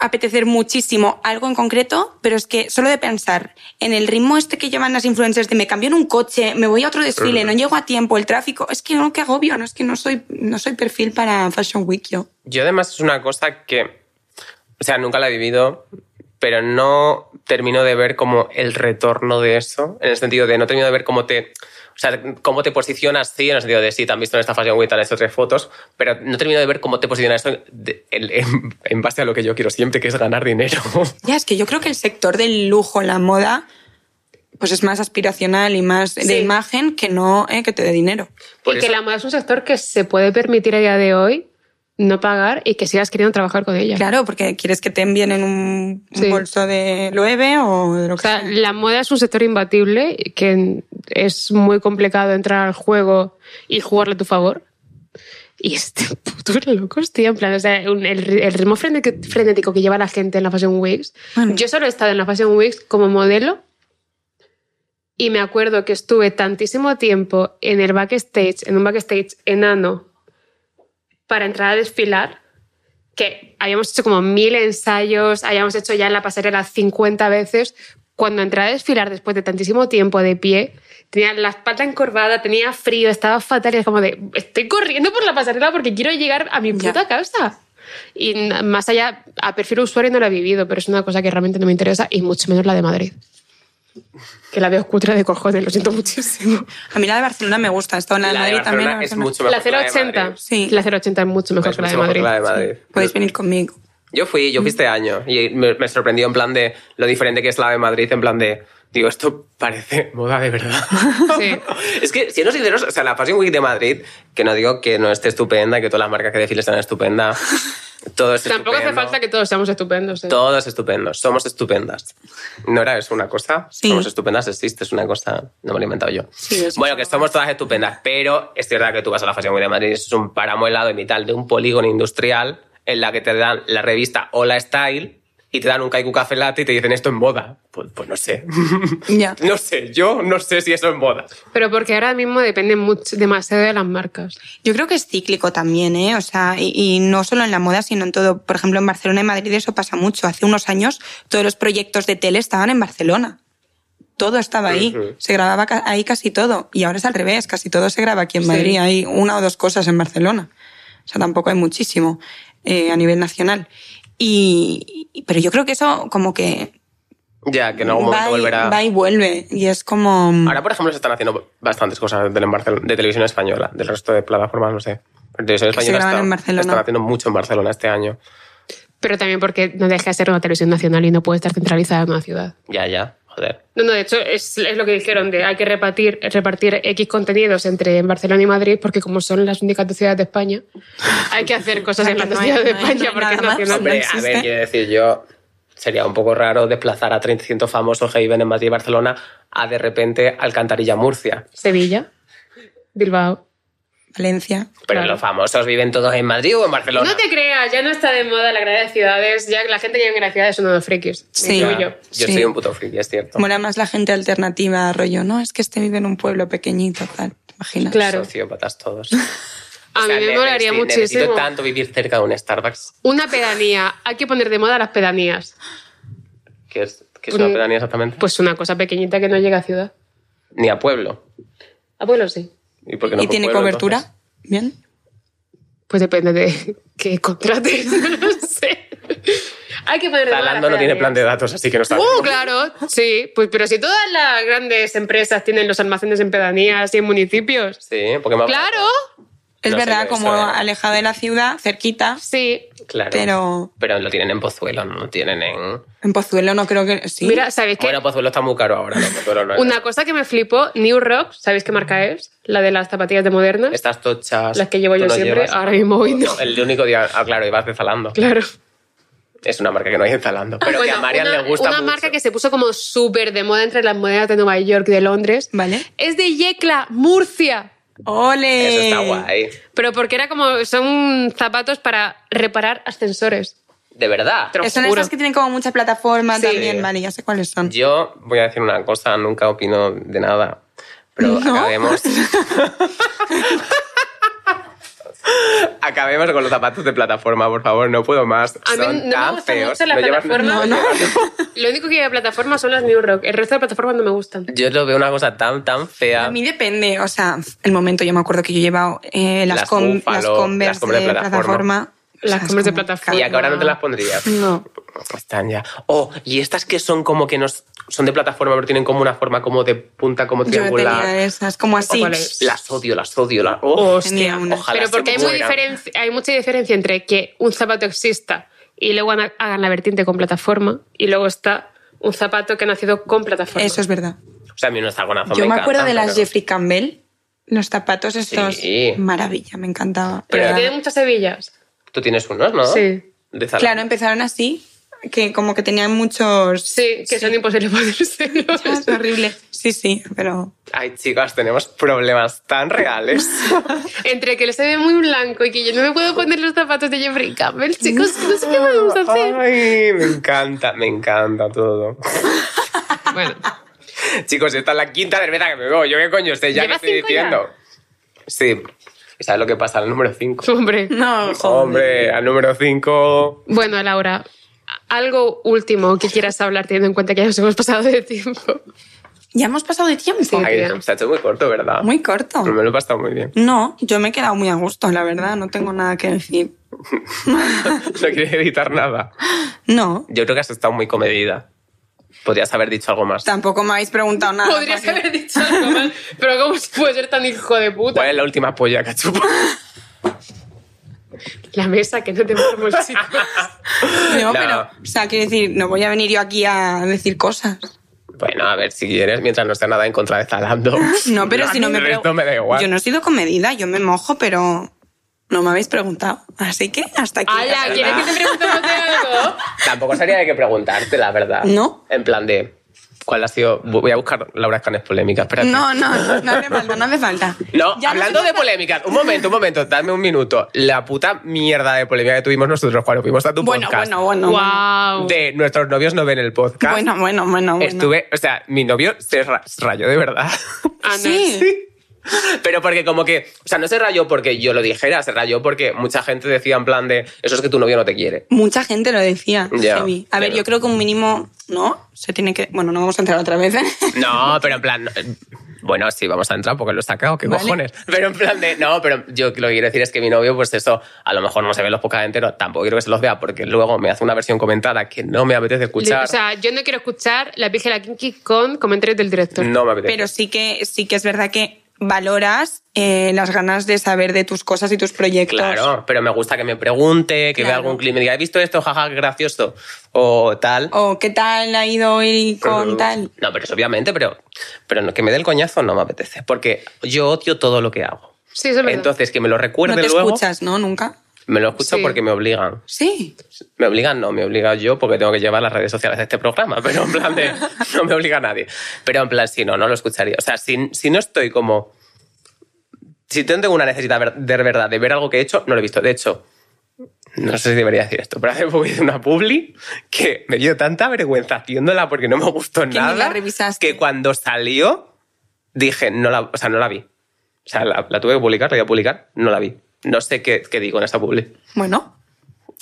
S3: apetecer muchísimo algo en concreto, pero es que solo de pensar en el ritmo este que llevan las influencers de me cambio en un coche, me voy a otro desfile, no llego a tiempo, el tráfico, es que no, que agobio, no es que no soy, no soy perfil para Fashion Week yo.
S1: Yo además es una cosa que, o sea, nunca la he vivido, pero no termino de ver como el retorno de eso, en el sentido de no termino de ver cómo te, o sea, cómo te posicionas, sí, en el sentido de sí, te han visto en esta Fashion Week, te han hecho tres fotos, pero no termino de ver cómo te posicionas eso de- en, en- en base a lo que yo quiero siempre, que es ganar dinero.
S3: Ya, es que yo creo que el sector del lujo, la moda, pues es más aspiracional y más
S2: Sí.
S3: de imagen que no eh, que te dé dinero.
S1: Por
S2: y que
S1: eso-
S2: la moda es un sector que se puede permitir a día de hoy no pagar y que sigas queriendo trabajar con ella.
S3: Claro, porque quieres que te envíen en un, un
S2: Sí.
S3: bolso de loewe o de lo
S2: O
S3: que
S2: sea,
S3: sea.
S2: la moda es un sector imbatible que es muy complicado entrar al juego y jugarle a tu favor. Y este puto locos, tío. En plan, o sea, un- el, ri- el ritmo frenético, frenético que lleva la gente en la Fashion Weeks.
S3: Bueno.
S2: Yo solo he estado en la Fashion Weeks como modelo y me acuerdo que estuve tantísimo tiempo en el backstage, en un backstage enano, para entrar a desfilar, que habíamos hecho como mil ensayos, habíamos hecho ya en la pasarela 50 veces, cuando entré a desfilar después de tantísimo tiempo de pie, tenía la espalda encorvada, tenía frío, estaba fatal y es como de, estoy corriendo por la pasarela porque quiero llegar a mi
S3: Ya.
S2: puta casa. Y más allá, a perfil usuario no lo he vivido, pero es una cosa que realmente no me interesa y mucho menos la de Madrid. Que la veo cutre de cojones, lo siento muchísimo.
S3: A mí la de Barcelona me gusta, esto en la, de
S1: La de
S3: Madrid también.
S1: Barcelona
S3: la
S1: es
S3: Barcelona.
S1: mucho
S2: La
S1: mejor. que la de
S2: 080.
S1: Madrid.
S3: Sí.
S2: La 080 es mucho mejor
S1: Es
S2: que la de
S1: mucho mejor que
S2: Madrid.
S1: la de Madrid.
S3: Podéis venir conmigo.
S1: Yo fui, yo fui este año y me, me sorprendió en plan de lo diferente que es la de Madrid, en plan de, digo, esto parece moda de verdad.
S2: Sí.
S1: es que, siendo sinceros, o sea, la Fashion Week de Madrid, que no digo que no esté estupenda, que todas las marcas que desfiles sean estupendas, todo es
S2: Tampoco hace
S1: estupendo,
S2: falta que todos seamos estupendos. ¿eh?
S1: Todo es estupendo, somos estupendas. ¿No era eso una cosa?
S3: Sí.
S1: Somos estupendas, existe, es una cosa, no me lo he inventado yo.
S3: Sí, eso
S1: bueno, que somos todas estupendas, pero es verdad que tú vas a la Fashion Week de Madrid, es un páramo helado y mitad de un polígono industrial en la que te dan la revista Hola Style y te dan un kaiku café latte y te dicen esto es moda. Pues, pues no sé.
S3: Ya.
S1: no sé, yo no sé si eso es moda.
S2: Pero porque ahora mismo depende mucho, demasiado de las marcas.
S3: Yo creo que es cíclico también, ¿eh? O sea, y, y no solo en la moda, sino en todo. Por ejemplo, en Barcelona y Madrid eso pasa mucho. Hace unos años todos los proyectos de tele estaban en Barcelona. Todo estaba ahí.
S1: Ujú.
S3: Se grababa ca- ahí casi todo. Y ahora es al revés. Casi todo se graba aquí en
S2: Sí.
S3: Madrid. Hay una o dos cosas en Barcelona. O sea, tampoco hay muchísimo eh, a nivel nacional. Y, y- pero yo creo que eso como que
S1: Ya, que en algún
S3: va,
S1: momento
S3: y,
S1: volverá.
S3: va y vuelve. Y es como... mm,
S1: Ahora, por ejemplo, se están haciendo bastantes cosas de, tele- en Barcel- de televisión española, del resto de plataformas, no sé. Pero televisión
S3: Que se
S1: española
S3: graban
S1: está-
S3: en Barcelona.
S1: están haciendo mucho en Barcelona este año.
S2: Pero también porque no deja de ser una televisión nacional y no puede estar centralizada en una ciudad.
S1: Ya, ya, joder.
S2: No, no, de hecho es, es lo que dijeron, de hay que repartir, repartir X contenidos entre Barcelona y Madrid porque como son las únicas dos ciudades de España, hay que hacer cosas en las dos
S3: No hay-
S2: ciudades de
S3: no hay- no
S2: España porque
S3: hay
S2: es
S3: nada más.
S2: nacional.
S1: Hombre, a
S3: existe.
S1: ver, quiero decir, yo sería un poco raro desplazar a 300 famosos que viven en Madrid y Barcelona a de repente Alcantarilla Murcia.
S2: Sevilla, Bilbao.
S3: Valencia.
S1: Pero
S2: Claro.
S1: los famosos viven todos en Madrid o en Barcelona.
S2: No te creas, ya no está de moda la gran de ciudades, ya la gente que vive en las ciudades son unos frikis. me
S3: Sí.
S1: Ya,
S2: incluyo.
S1: yo
S3: Sí.
S1: soy un puto friki, es cierto.
S3: Mola más la gente alternativa, rollo. No, es que este vive en un pueblo pequeñito, tal. ¿Te imaginas?
S2: Claro.
S1: Sociópatas todos.
S2: A mí me molaría
S1: Necesito
S2: muchísimo.
S1: tanto vivir cerca de un Starbucks,
S2: Una pedanía. Hay que poner de moda las pedanías.
S1: que es, que es una
S2: Mm.
S1: pedanía exactamente.
S2: Pues una cosa pequeñita que no llega a ciudad.
S1: Ni a pueblo.
S2: A pueblo sí.
S1: ¿Y, por qué no
S3: ¿Y
S1: por
S3: tiene
S1: pueblo,
S3: cobertura?
S1: entonces?
S3: Bien.
S2: Pues depende de que contrates. no sé. Hay que poner de moda.
S1: Zalando
S2: las
S1: no tiene
S2: pedanías.
S1: plan de datos, así que no sabe.
S2: Uh, claro, sí. Pues, pero si todas las grandes empresas tienen los almacenes en pedanías y en municipios.
S1: Sí, porque me
S2: Claro,
S3: Es
S1: No sé
S3: verdad,
S1: yo
S3: como
S1: eso, eh.
S3: alejada de la ciudad, cerquita,
S2: sí.
S1: Claro.
S3: pero
S1: Pero lo tienen en Pozuelo, no lo tienen en...
S3: en Pozuelo no creo que... Sí.
S2: Mira, ¿sabéis qué?
S1: Bueno, pues- Pozuelo está muy caro ahora, ¿no? Pozuelo no es-
S2: Una cosa que me flipó, New Rock, ¿sabéis qué marca es? La de las zapatillas de Moderna.
S1: Estas tochas...
S2: Las que llevo
S1: tú
S2: yo
S1: no
S2: siempre,
S1: llevas.
S2: ahora mismo hoy no.
S1: El único día... Ah, claro, ibas de Zalando.
S2: Claro.
S1: Es una marca que no hay en Zalando, pero que
S2: Bueno,
S1: a Marian
S2: una-
S1: le gusta
S2: Una
S1: mucho.
S2: marca que se puso como súper de moda entre las modelos de Nueva York y de Londres.
S3: ¿Vale?
S2: Es de Yecla, Murcia.
S3: ¡Ole!
S1: Eso está guay.
S2: Pero porque era como, son zapatos para reparar ascensores.
S1: De verdad.
S2: Te lo
S3: Son
S2: juro.
S3: esas que tienen como mucha plataforma
S2: Sí.
S3: también, vale, ya sé cuáles son.
S1: Yo voy a decir una cosa, nunca opino de nada, pero
S3: ¿No?
S1: acabemos... Acabemos con los zapatos de plataforma, por favor, no puedo más.
S2: A mí
S1: Son
S2: no me
S1: tan
S2: gusta
S1: feos.
S2: mucho la
S1: No llevan-
S2: plataforma.
S3: No, no.
S2: Lo único que hay de plataforma son las New Rock. El resto de plataformas no me gustan.
S1: Yo lo veo una cosa tan, tan fea.
S3: A mí depende, o sea, el momento yo me acuerdo que yo he llevado eh, las,
S1: Las
S3: con-
S1: Búfalo,
S3: las Converse
S1: las Converse
S3: de
S1: de
S3: plataforma.
S1: plataforma.
S3: O sea,
S2: Las
S3: es
S2: Converse de
S3: como-
S2: plataforma.
S1: Y que ahora no te las pondrías. Pues
S3: No.
S1: Están ya. Oh, y estas que son como que nos son de plataforma, pero tienen como una forma como de punta, como
S3: Yo tenía
S1: triangular.
S3: esas, como así.
S2: vale.
S1: Las odio, las odio. Las... Oh,
S2: Hostia,
S3: Tenía una.
S1: ojalá
S2: Pero
S1: se
S2: porque hay, muy
S1: mueran.
S2: diferenci- hay mucha diferencia entre que un zapato exista y luego hagan- hagan la vertiente con plataforma y luego está un zapato que ha nacido con plataforma.
S3: Eso es verdad.
S1: O sea, a mí unos taconazos
S3: Yo me,
S1: encantan,
S3: acuerdo de las
S1: pero-
S3: Jeffrey Campbell, los zapatos estos.
S1: Sí.
S3: Maravilla, me encantaba.
S2: Pero
S1: Pero-
S2: tiene muchas hebillas.
S1: Tú tienes unos, ¿no?
S2: Sí.
S1: De Zara.
S3: Claro, empezaron así, que como que tenían muchos. Ah,
S2: Sí, que son imposibles ponérselos.
S3: Es horrible. Sí, sí, pero.
S1: Ay, chicas, tenemos problemas tan reales.
S2: Entre que él se ve muy blanco y que yo no me puedo poner los zapatos de Jeffrey Campbell, chicos, no sé qué vamos a hacer.
S1: Ay, me encanta, me encanta todo.
S2: Bueno,
S1: Chicos, esta es la quinta cerveza que me veo. ¿Yo qué coño sé ya que
S2: ¿Llevas
S1: estoy
S2: cinco ya?
S1: diciendo? Sí. ¿Y sabes lo que pasa al número 5?
S2: Hombre.
S3: No,
S2: Oh,
S1: Hombre, al número 5.
S2: Bueno, Laura, algo último que quieras hablar teniendo en cuenta que ya nos hemos pasado de tiempo.
S3: Ya hemos pasado de tiempo.
S2: Sí. tía.
S1: se ha hecho muy corto, ¿verdad?
S3: Muy corto.
S1: Me lo he pasado muy bien.
S3: No, yo me he quedado muy a gusto, la verdad. No tengo nada que decir.
S1: No quiero editar nada.
S3: No,
S1: Yo creo que has estado muy comedida. Podrías haber dicho algo más.
S3: tampoco me habéis preguntado nada.
S2: Podrías
S3: ¿para qué?
S2: haber dicho algo más, pero ¿cómo se puede ser tan hijo de puta?
S1: ¿Cuál es la última polla que has chupado?
S2: La mesa, que no te ponemos sitio.
S1: No.
S3: No, pero, o sea, quiero decir, no voy a venir yo aquí a decir cosas.
S1: Bueno, a ver, si quieres, mientras no esté nada en contra de Zalando.
S3: No, pero
S1: A
S3: si
S1: mí
S3: no me
S1: el resto
S3: preguntan.
S1: me da igual.
S3: Yo no he sido comedida, yo me mojo, pero no me habéis preguntado. Así que hasta aquí.
S2: Ala, ¿quieres que te preguntemos de algo?
S1: Tampoco sería de que preguntarte, la verdad.
S3: No.
S1: En plan de, ¿cuál ha sido? Voy a buscar Laura Escanes polémica, espérate.
S3: No, no, no hace falta, no hace falta.
S1: No,
S3: Ya
S1: hablando
S3: nos
S1: de
S3: hemos-
S1: polémicas, un momento, un momento, dame un minuto. La puta mierda de polémica que tuvimos nosotros cuando fuimos a tu
S3: Bueno,
S1: podcast.
S3: bueno, bueno. bueno.
S2: Wow.
S1: De nuestros novios no ven el podcast.
S3: Bueno, bueno, bueno. bueno.
S1: Estuve, o sea, mi novio se ra- se rayó de verdad.
S2: Ana,
S3: Sí.
S1: Pero porque como que, o sea, no se rayó porque yo lo dijera, se rayó porque mucha gente decía en plan de, eso es que tu novio no te quiere.
S3: Mucha gente lo decía.
S1: Ya,
S3: heavy. A ver,
S1: claro.
S3: yo creo que un mínimo, ¿no? Se tiene que. Bueno, no vamos a entrar otra vez. ¿eh?
S1: No, pero en plan, no, bueno, sí, vamos a entrar porque lo he sacado, qué
S3: Vale.
S1: cojones. Pero en plan de, no, pero yo lo que quiero decir es que mi novio, pues eso, a lo mejor no se ve los podcasts enteros, tampoco quiero que se los vea porque luego me hace una versión comentada que no me apetece escuchar.
S2: O sea, yo no quiero escuchar la pija y la kinky con comentarios del director.
S1: no me apetece.
S3: Pero sí que, sí que es verdad que valoras eh, las ganas de saber de tus cosas y tus proyectos.
S1: Claro, pero me gusta que me pregunte, que vea
S3: Claro.
S1: algún clip y me diga, he visto esto, jaja, qué gracioso, o tal.
S3: O qué tal ha ido hoy con tal.
S1: No, pero eso obviamente, pero, pero no, que me dé el coñazo no me apetece, porque yo odio todo lo que hago.
S2: Sí, eso es verdad.
S1: Entonces, que me lo
S3: No
S1: recuerde
S3: te
S1: luego,
S3: escuchas, ¿no? Nunca.
S1: me lo escucho
S2: Sí.
S1: porque me obligan.
S3: Sí.
S1: Me obligan, no, me obliga yo porque tengo que llevar las redes sociales de este programa, pero en plan de, no me obliga nadie. Pero en plan, si no, no lo escucharía. O sea, si, si no estoy como... Si tengo una necesidad ver- de verdad de ver algo que he hecho, no lo he visto. De hecho, no sé si debería decir esto, pero hace poco hice una publi que me dio tanta vergüenza haciéndola porque no me gustó
S3: ni
S1: nada.
S3: la revisaste.
S1: Que cuando salió, dije, no la, o sea, no la vi. O sea, la, la tuve que publicar, la iba a publicar, no la vi. No sé qué, qué digo en esta publi.
S3: Bueno,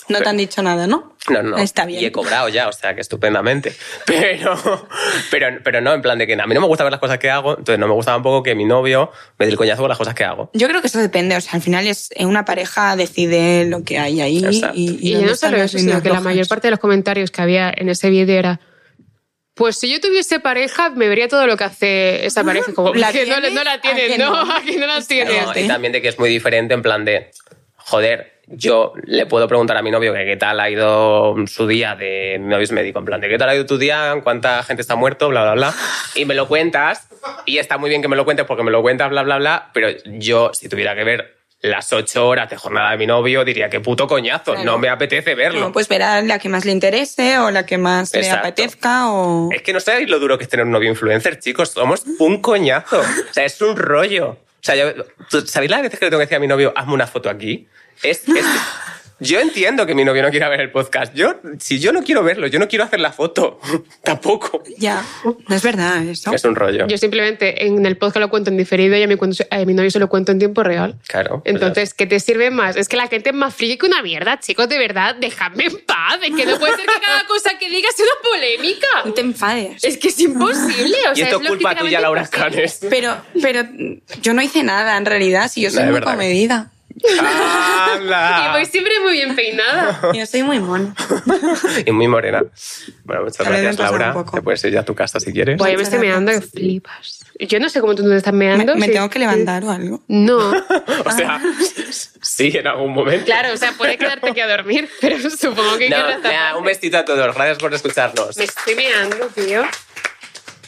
S3: no te han dicho nada, ¿no?
S1: No, no.
S3: Está bien.
S1: Y he cobrado ya, o sea, que estupendamente. Pero, pero, pero no, en plan de que a mí no me gusta ver las cosas que hago, entonces no me gusta tampoco que mi novio me dé el coñazo con las cosas que hago.
S3: Yo creo que eso depende, o sea, al final es eh, una pareja decide lo que hay ahí
S1: Exacto.
S3: y,
S2: Y,
S3: dónde
S2: no
S3: están
S2: solo
S3: las
S2: eso, sino
S3: líneas
S2: que la
S3: rojas.
S2: mayor parte de los comentarios que había en ese vídeo era. Pues si yo tuviese pareja, me vería todo lo que hace esa pareja. Como
S3: ¿La
S2: que no,
S3: tienes?
S2: no la
S3: ¿A
S2: tiene,
S3: que
S2: no,
S3: no? eh.
S2: aquí no la
S1: No,
S2: tiene.
S3: Fíjate.
S1: y también de que es muy diferente en plan de, joder, yo le puedo preguntar a mi novio que qué tal ha ido su día de mi novio es médico, en plan de qué tal ha ido tu día, cuánta gente está muerto, bla, bla, bla. Y me lo cuentas, y está muy bien que me lo cuentes porque me lo cuentas, bla, bla, bla, pero yo si tuviera que ver las ocho horas de jornada de mi novio, diría que puto coñazo,
S3: Claro.
S1: no me apetece verlo.
S3: No, pues verá la que más le interese o la que más le
S1: Exacto.
S3: apetezca o...
S1: Es que no sabéis lo duro que es tener un novio influencer, chicos. Somos un coñazo. O sea, es un rollo. O sea, yo- ¿tú- ¿sabéis las veces que le tengo que decir a mi novio, hazme una foto aquí? Es, es- yo entiendo que mi novio no quiera ver el podcast. Yo, si yo no quiero verlo, yo no quiero hacer la foto. Tampoco.
S3: Ya, no es verdad eso.
S1: Es un rollo.
S2: Yo simplemente en el podcast lo cuento en diferido y a mi, cuento- a mi novio se lo cuento en tiempo real.
S1: Claro. pues
S2: Entonces, ¿qué te sirve más? Es que la gente es más fría que una mierda, chicos, de verdad, dejadme en paz. Es que no puede ser que cada cosa que digas sea una
S3: No
S2: polémica.
S3: te enfades.
S2: Es que es imposible. O sea,
S1: y esto
S2: es
S1: culpa tuya,
S2: lógicamente
S1: Laura
S2: imposible.
S1: Canes.
S3: Pero, pero yo no hice nada en realidad, si yo soy
S1: No, es
S3: muy
S1: verdad.
S3: comedida.
S2: Y voy siempre muy bien peinada.
S3: Yo soy muy mono.
S1: Y muy morena. Bueno, muchas
S3: Ya le he
S1: gracias,
S3: desplazado un
S1: Laura.
S3: poco.
S1: Te puedes ir ya a tu casa si quieres.
S2: Voy, me estoy meando que flipas. Yo no sé cómo tú no te estás meando.
S3: ¿Me, me
S2: sí.
S3: tengo que levantar o algo?
S2: No.
S1: O sea, sí, en algún momento.
S2: Claro, o sea, puedes quedarte aquí a dormir, pero supongo que
S1: No,
S2: querrás
S1: nada,
S2: taparte.
S1: un besito a todos. Gracias por escucharnos.
S2: Me estoy meando, tío.